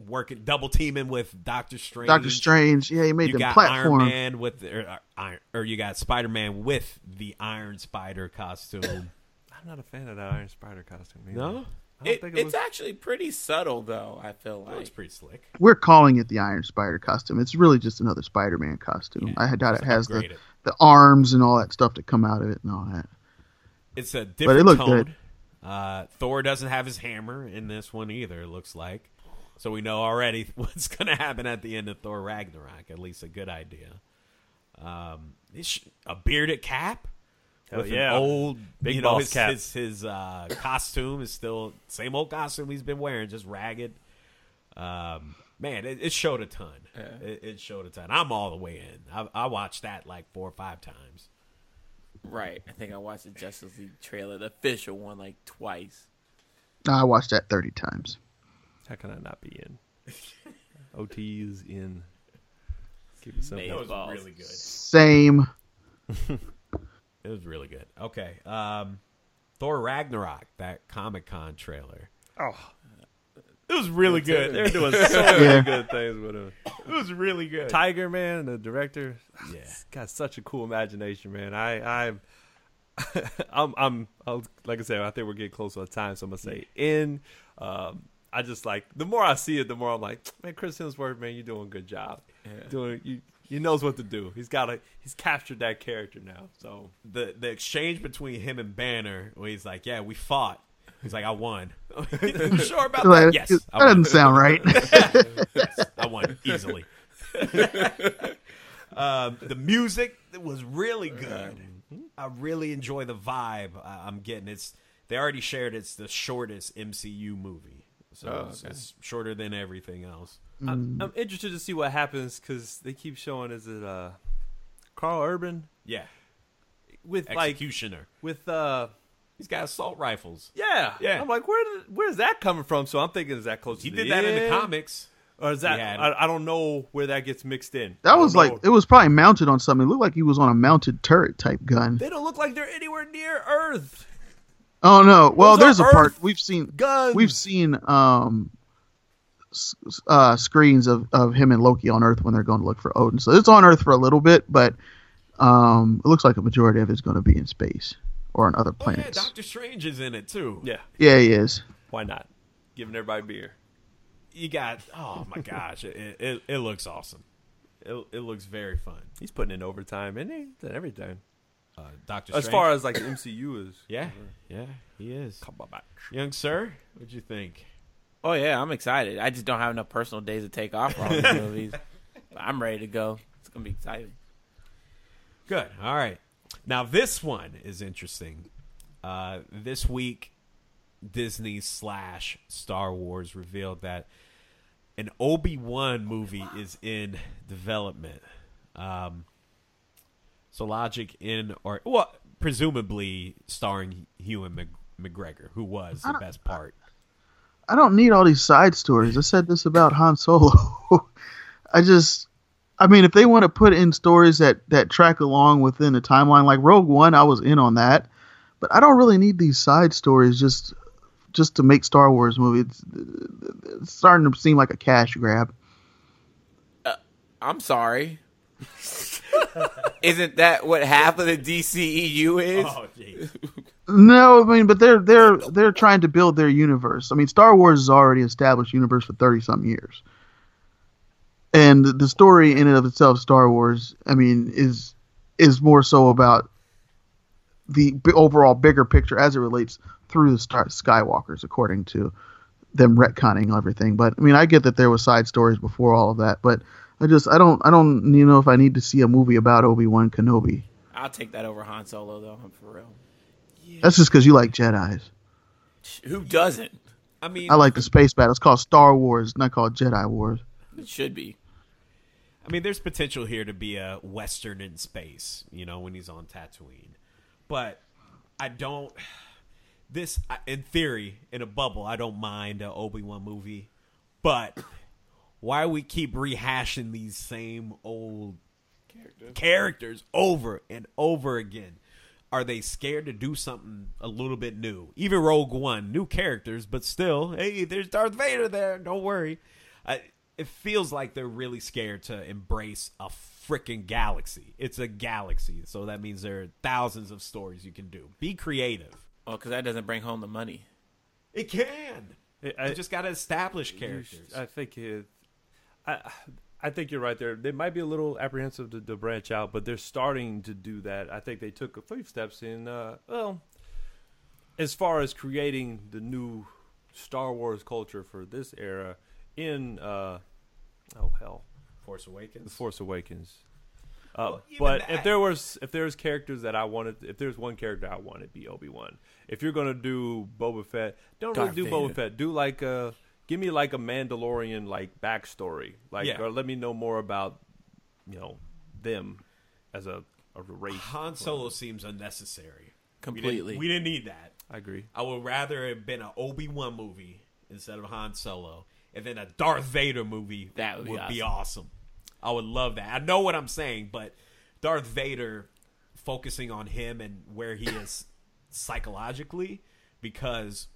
[SPEAKER 1] working double teaming with Doctor Strange.
[SPEAKER 4] Doctor Strange. Yeah, he made
[SPEAKER 1] you
[SPEAKER 4] them
[SPEAKER 1] got Iron
[SPEAKER 4] platform.
[SPEAKER 1] Man with or, or, Iron- or you got Spider Man with the Iron Spider costume.
[SPEAKER 2] I'm not a fan of that Iron Spider costume. either.
[SPEAKER 1] no,
[SPEAKER 2] I don't
[SPEAKER 3] It,
[SPEAKER 2] think it
[SPEAKER 3] it's
[SPEAKER 2] looks-
[SPEAKER 3] actually pretty subtle, though. I feel
[SPEAKER 1] that
[SPEAKER 3] like
[SPEAKER 1] looks pretty slick.
[SPEAKER 4] We're calling it the Iron Spider costume. It's really just another Spider-Man costume. I doubt it has the,
[SPEAKER 1] upgraded.
[SPEAKER 4] the arms and all that stuff to come out of it and all that.
[SPEAKER 1] It's a different
[SPEAKER 4] looked
[SPEAKER 1] tone.
[SPEAKER 4] good.
[SPEAKER 1] Uh, Thor doesn't have his hammer in this one either. It looks like So we know already what's going to happen at the end of Thor Ragnarok. At least a good idea. Um, this sh- a bearded cap
[SPEAKER 2] Hell
[SPEAKER 1] with
[SPEAKER 2] yeah.
[SPEAKER 1] an old
[SPEAKER 2] Big
[SPEAKER 1] you know,
[SPEAKER 2] boss
[SPEAKER 1] his,
[SPEAKER 2] cap.
[SPEAKER 1] His, his uh, costume is still same old costume he's been wearing, just ragged. Um, man, it, it showed a ton. It, it showed a ton. I'm all the way in. I, I watched that like four or five times.
[SPEAKER 3] Right. I think I watched the Justice League trailer, the official one, like twice.
[SPEAKER 4] I watched that 30 times.
[SPEAKER 2] How can I not be in? OT is in. Keep it simple.
[SPEAKER 1] That was
[SPEAKER 3] Balls.
[SPEAKER 1] really good.
[SPEAKER 4] Same.
[SPEAKER 1] It was really good. Okay. Um, Thor Ragnarok, that Comic Con trailer. Oh, it was really good.
[SPEAKER 2] They're
[SPEAKER 1] It
[SPEAKER 2] doing so many
[SPEAKER 4] Yeah.
[SPEAKER 2] good things with him.
[SPEAKER 1] was really good.
[SPEAKER 2] Tiger Man, the director,
[SPEAKER 4] Oh,
[SPEAKER 1] Yeah.
[SPEAKER 2] got such a cool imagination, man. I, I, I'm, I'm, I'll, like I said, I think we're getting close on time, so I'm gonna say in. Um, I just like the more I see it, the more I'm like, man, Chris Hemsworth, man, you're doing a good job. Doing you, he knows what to do. He's got a, he's captured that character now. So
[SPEAKER 1] The the exchange between him and Banner, where he's like, "Yeah, we fought." He's like, "I won." you sure about that?
[SPEAKER 4] Like,
[SPEAKER 1] Yes,
[SPEAKER 4] That
[SPEAKER 1] I won.
[SPEAKER 4] doesn't sound right.
[SPEAKER 1] I won easily. um, the music was really good.
[SPEAKER 4] Mm-hmm.
[SPEAKER 1] I really enjoy the vibe I- I'm getting. It's they already shared it's the shortest MCU movie, so
[SPEAKER 4] Oh,
[SPEAKER 1] it's, it's shorter than everything else.
[SPEAKER 2] I'm,
[SPEAKER 1] Mm.
[SPEAKER 2] I'm interested to see what happens because they keep showing is it uh, Carl Urban
[SPEAKER 1] Yeah,
[SPEAKER 2] with like
[SPEAKER 1] executioner.
[SPEAKER 2] with uh.
[SPEAKER 1] He's got assault rifles.
[SPEAKER 2] Yeah,
[SPEAKER 1] Yeah.
[SPEAKER 2] I'm like, where did, where's that coming from? So I'm thinking, is that close?
[SPEAKER 1] He
[SPEAKER 2] to
[SPEAKER 1] did
[SPEAKER 2] the
[SPEAKER 1] that in the
[SPEAKER 2] end?
[SPEAKER 1] comics.
[SPEAKER 2] or is
[SPEAKER 1] He
[SPEAKER 2] that?
[SPEAKER 1] had it.
[SPEAKER 2] I, I don't know where that gets mixed in. I
[SPEAKER 4] That
[SPEAKER 2] don't
[SPEAKER 4] was like
[SPEAKER 2] know.
[SPEAKER 4] it was probably mounted on something. It looked like he was on a mounted turret type gun.
[SPEAKER 2] they don't look like they're anywhere near Earth.
[SPEAKER 4] Oh no! Well,
[SPEAKER 2] Those
[SPEAKER 4] there's
[SPEAKER 2] are
[SPEAKER 4] a part
[SPEAKER 2] Earth
[SPEAKER 4] we've seen.
[SPEAKER 2] guns.
[SPEAKER 4] We've seen um, s- s- uh, screens of, of him and Loki on Earth when they're going to look for Odin. So it's on Earth for a little bit, but um, it looks like a majority of it's going to be in space or on other
[SPEAKER 1] Oh yeah,
[SPEAKER 4] planets.
[SPEAKER 1] Doctor Strange is in it too.
[SPEAKER 2] Yeah,
[SPEAKER 4] yeah, he is.
[SPEAKER 2] why not? Giving everybody beer.
[SPEAKER 1] you got. Oh my gosh, it, it it looks awesome. It it looks very fun.
[SPEAKER 2] He's putting in overtime, and he done everything.
[SPEAKER 1] Uh, Doctor
[SPEAKER 2] As
[SPEAKER 1] Strange.
[SPEAKER 2] far as like the MCU is,
[SPEAKER 1] yeah, yeah, he is.
[SPEAKER 2] Come on back.
[SPEAKER 1] Young sir, what'd you think?
[SPEAKER 3] Oh yeah, I'm excited. I just don't have enough personal days to take off for all these movies. But I'm ready to go. It's gonna be exciting.
[SPEAKER 1] Good. All right. Now this one is interesting. Uh, this week, Disney slash Star Wars revealed that an Obi Wan movie is in development. Um, so Logic in or well, presumably starring Ewan Mc- McGregor, who was the best part.
[SPEAKER 4] I don't need all these side stories. I said this about Han Solo. I just, I mean, if they want to put in stories that that track along within the timeline, like Rogue One, I was in on that, but I don't really need these side stories just just to make Star Wars movies. It's, it's starting to seem like a cash grab.
[SPEAKER 3] I'm sorry. Isn't that what half of the DCEU is?
[SPEAKER 1] Oh, jeez.
[SPEAKER 4] No, I mean, but they're they're they're trying to build their universe. I mean, Star Wars is already an established universe for thirty some years, and the- the story in and of itself, Star Wars, I mean, is is more so about the b- overall bigger picture as it relates through the Star Skywalker's, according to them retconning everything. But I mean, I get that there was side stories before all of that, but I just I don't I don't you know if I need to see a movie about Obi Wan Kenobi.
[SPEAKER 3] I'll take that over Han Solo though. I'm for real.
[SPEAKER 4] That's just because you like Jedi's.
[SPEAKER 3] Who doesn't?
[SPEAKER 1] I mean,
[SPEAKER 4] I like the space battle. It's called Star Wars, not called Jedi Wars.
[SPEAKER 3] It should be.
[SPEAKER 1] I mean, there's potential here to be a Western in space, you know, when he's on Tatooine. But I don't. This, I- in theory, in a bubble, I don't mind a Obi Wan movie. But why we keep rehashing these same old characters over and over again? Are they scared to do something a little bit new? Even Rogue One, new characters, but still, hey, there's Darth Vader there. Don't worry. I, it feels like they're really scared to embrace a freaking galaxy. It's a galaxy, so that means there are thousands of stories you can do. Be creative.
[SPEAKER 3] Oh, because that doesn't bring home the money.
[SPEAKER 1] It can.
[SPEAKER 2] I-
[SPEAKER 1] you just got to establish
[SPEAKER 2] You sh-
[SPEAKER 1] characters.
[SPEAKER 2] I think it, I I think you're right there. They might be a little apprehensive to, to branch out, but they're starting to do that. I think they took a few steps in. Uh, well, as far as creating the new Star Wars culture for this era, in uh, oh hell,
[SPEAKER 1] Force
[SPEAKER 2] The
[SPEAKER 1] Awakens.
[SPEAKER 2] Force Awakens. Uh,
[SPEAKER 1] even
[SPEAKER 2] but if
[SPEAKER 1] that-
[SPEAKER 2] there was if there's characters that I wanted, if there's one character I wanted, it'd be Obi Wan. If you're gonna do Boba Fett, don't
[SPEAKER 3] Darth
[SPEAKER 2] really do
[SPEAKER 3] Vader.
[SPEAKER 2] Boba Fett. Do like a give me like a Mandalorian like backstory, like
[SPEAKER 1] Yeah.
[SPEAKER 2] or let me know more about you know them as a a race.
[SPEAKER 1] Han Solo seems unnecessary. We didn't-
[SPEAKER 3] Completely.
[SPEAKER 1] we didn't need that.
[SPEAKER 2] I agree.
[SPEAKER 1] I would rather it have been an Obi Wan movie instead of Han Solo, and then a Darth Vader movie.
[SPEAKER 3] That would be
[SPEAKER 1] be awesome. I would love that. I know what I'm saying, but Darth Vader focusing on him and where he is psychologically, because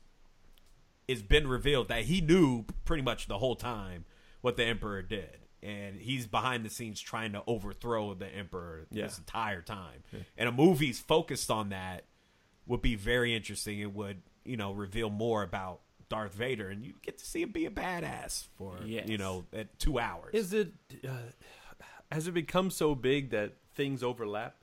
[SPEAKER 1] it's been revealed that he knew pretty much the whole time what the Emperor did. And he's behind the scenes trying to overthrow the Emperor this
[SPEAKER 2] Yeah.
[SPEAKER 1] entire time. And a movie's focused on that would be very interesting. It would, you know, reveal more about Darth Vader, and you get to see him be a badass for,
[SPEAKER 3] Yes.
[SPEAKER 1] you know, at two hours.
[SPEAKER 2] Is it uh, has it become so big that things overlap?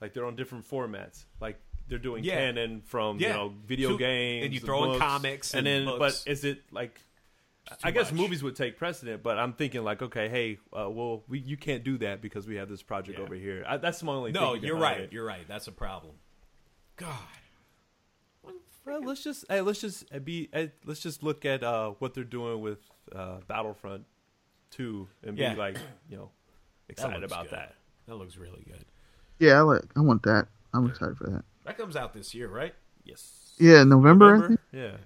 [SPEAKER 2] Like they're on different formats. Like they're doing
[SPEAKER 1] Yeah.
[SPEAKER 2] canon from you
[SPEAKER 1] Yeah.
[SPEAKER 2] know video
[SPEAKER 1] To-
[SPEAKER 2] games,
[SPEAKER 1] and you
[SPEAKER 2] the
[SPEAKER 1] throw in
[SPEAKER 2] books,
[SPEAKER 1] comics and
[SPEAKER 2] and, then
[SPEAKER 1] books.
[SPEAKER 2] but is it like?
[SPEAKER 1] too
[SPEAKER 2] I guess
[SPEAKER 1] much.
[SPEAKER 2] movies would take precedent, but I'm thinking like, okay, hey, uh, well, we, you can't do that because we have this project
[SPEAKER 1] Yeah.
[SPEAKER 2] over here. I, that's my only.
[SPEAKER 1] no,
[SPEAKER 2] thinking
[SPEAKER 1] you're
[SPEAKER 2] behind
[SPEAKER 1] right.
[SPEAKER 2] it.
[SPEAKER 1] You're right. That's a problem. God.
[SPEAKER 2] Well, let's just hey, let's just uh, be hey, let's just look at uh, what they're doing with uh, Battlefront Two and
[SPEAKER 1] Yeah.
[SPEAKER 2] be like, you know, excited
[SPEAKER 1] looks
[SPEAKER 2] about
[SPEAKER 1] good.
[SPEAKER 2] that.
[SPEAKER 1] That looks really good.
[SPEAKER 4] Yeah, I like. I want that. I'm excited for that.
[SPEAKER 1] That comes out this year, right?
[SPEAKER 2] Yes.
[SPEAKER 4] Yeah, November. I think?
[SPEAKER 2] Remember?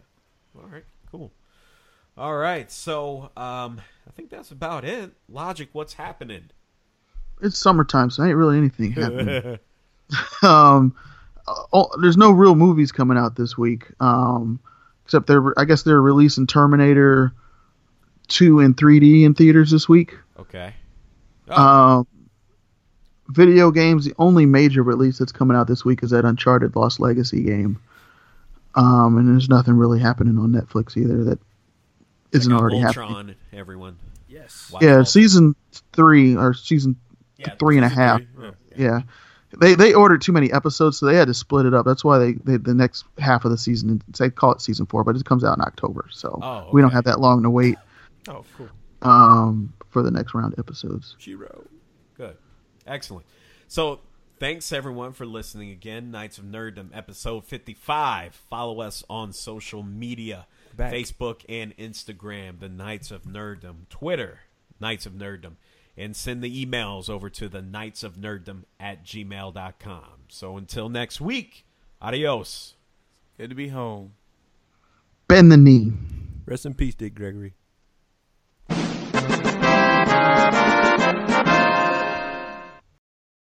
[SPEAKER 2] Yeah.
[SPEAKER 1] All right, cool. All right, so um, I think that's about it. Logic, what's happening?
[SPEAKER 4] It's summertime, so ain't really anything happening. um, oh, there's no real movies coming out this week. Um, except they're. I guess they're releasing Terminator two in 3D in theaters this week.
[SPEAKER 1] Okay.
[SPEAKER 4] Um, video games. The only major release that's coming out this week is that Uncharted Lost Legacy game. Um, and there's nothing really happening on Netflix either that isn't already happening.
[SPEAKER 1] Ultron, everyone.
[SPEAKER 3] Yes.
[SPEAKER 1] Wow.
[SPEAKER 4] Yeah, season three or season
[SPEAKER 1] Yeah,
[SPEAKER 4] three and a
[SPEAKER 1] season
[SPEAKER 4] half.
[SPEAKER 1] Yeah.
[SPEAKER 4] Yeah. They they ordered too many episodes, so they had to split it up. That's why they, they the next half of the season they call it season four, but it comes out in October, so
[SPEAKER 1] Oh,
[SPEAKER 4] we don't
[SPEAKER 1] okay.
[SPEAKER 4] have that long to wait
[SPEAKER 2] Oh, cool.
[SPEAKER 4] um, for the next round of episodes.
[SPEAKER 2] Shiro.
[SPEAKER 1] Good. Excellent. So thanks everyone for listening again. Knights of Nerddom, episode 55. Follow us on social media
[SPEAKER 2] Back.
[SPEAKER 1] Facebook and Instagram, the Knights of Nerddom, Twitter, Knights of Nerddom, and send the emails over to the Knights of Nerddom at gmail.com. So until next week, adios.
[SPEAKER 3] Good to be home.
[SPEAKER 4] Bend the knee.
[SPEAKER 2] Rest in peace, Dick Gregory.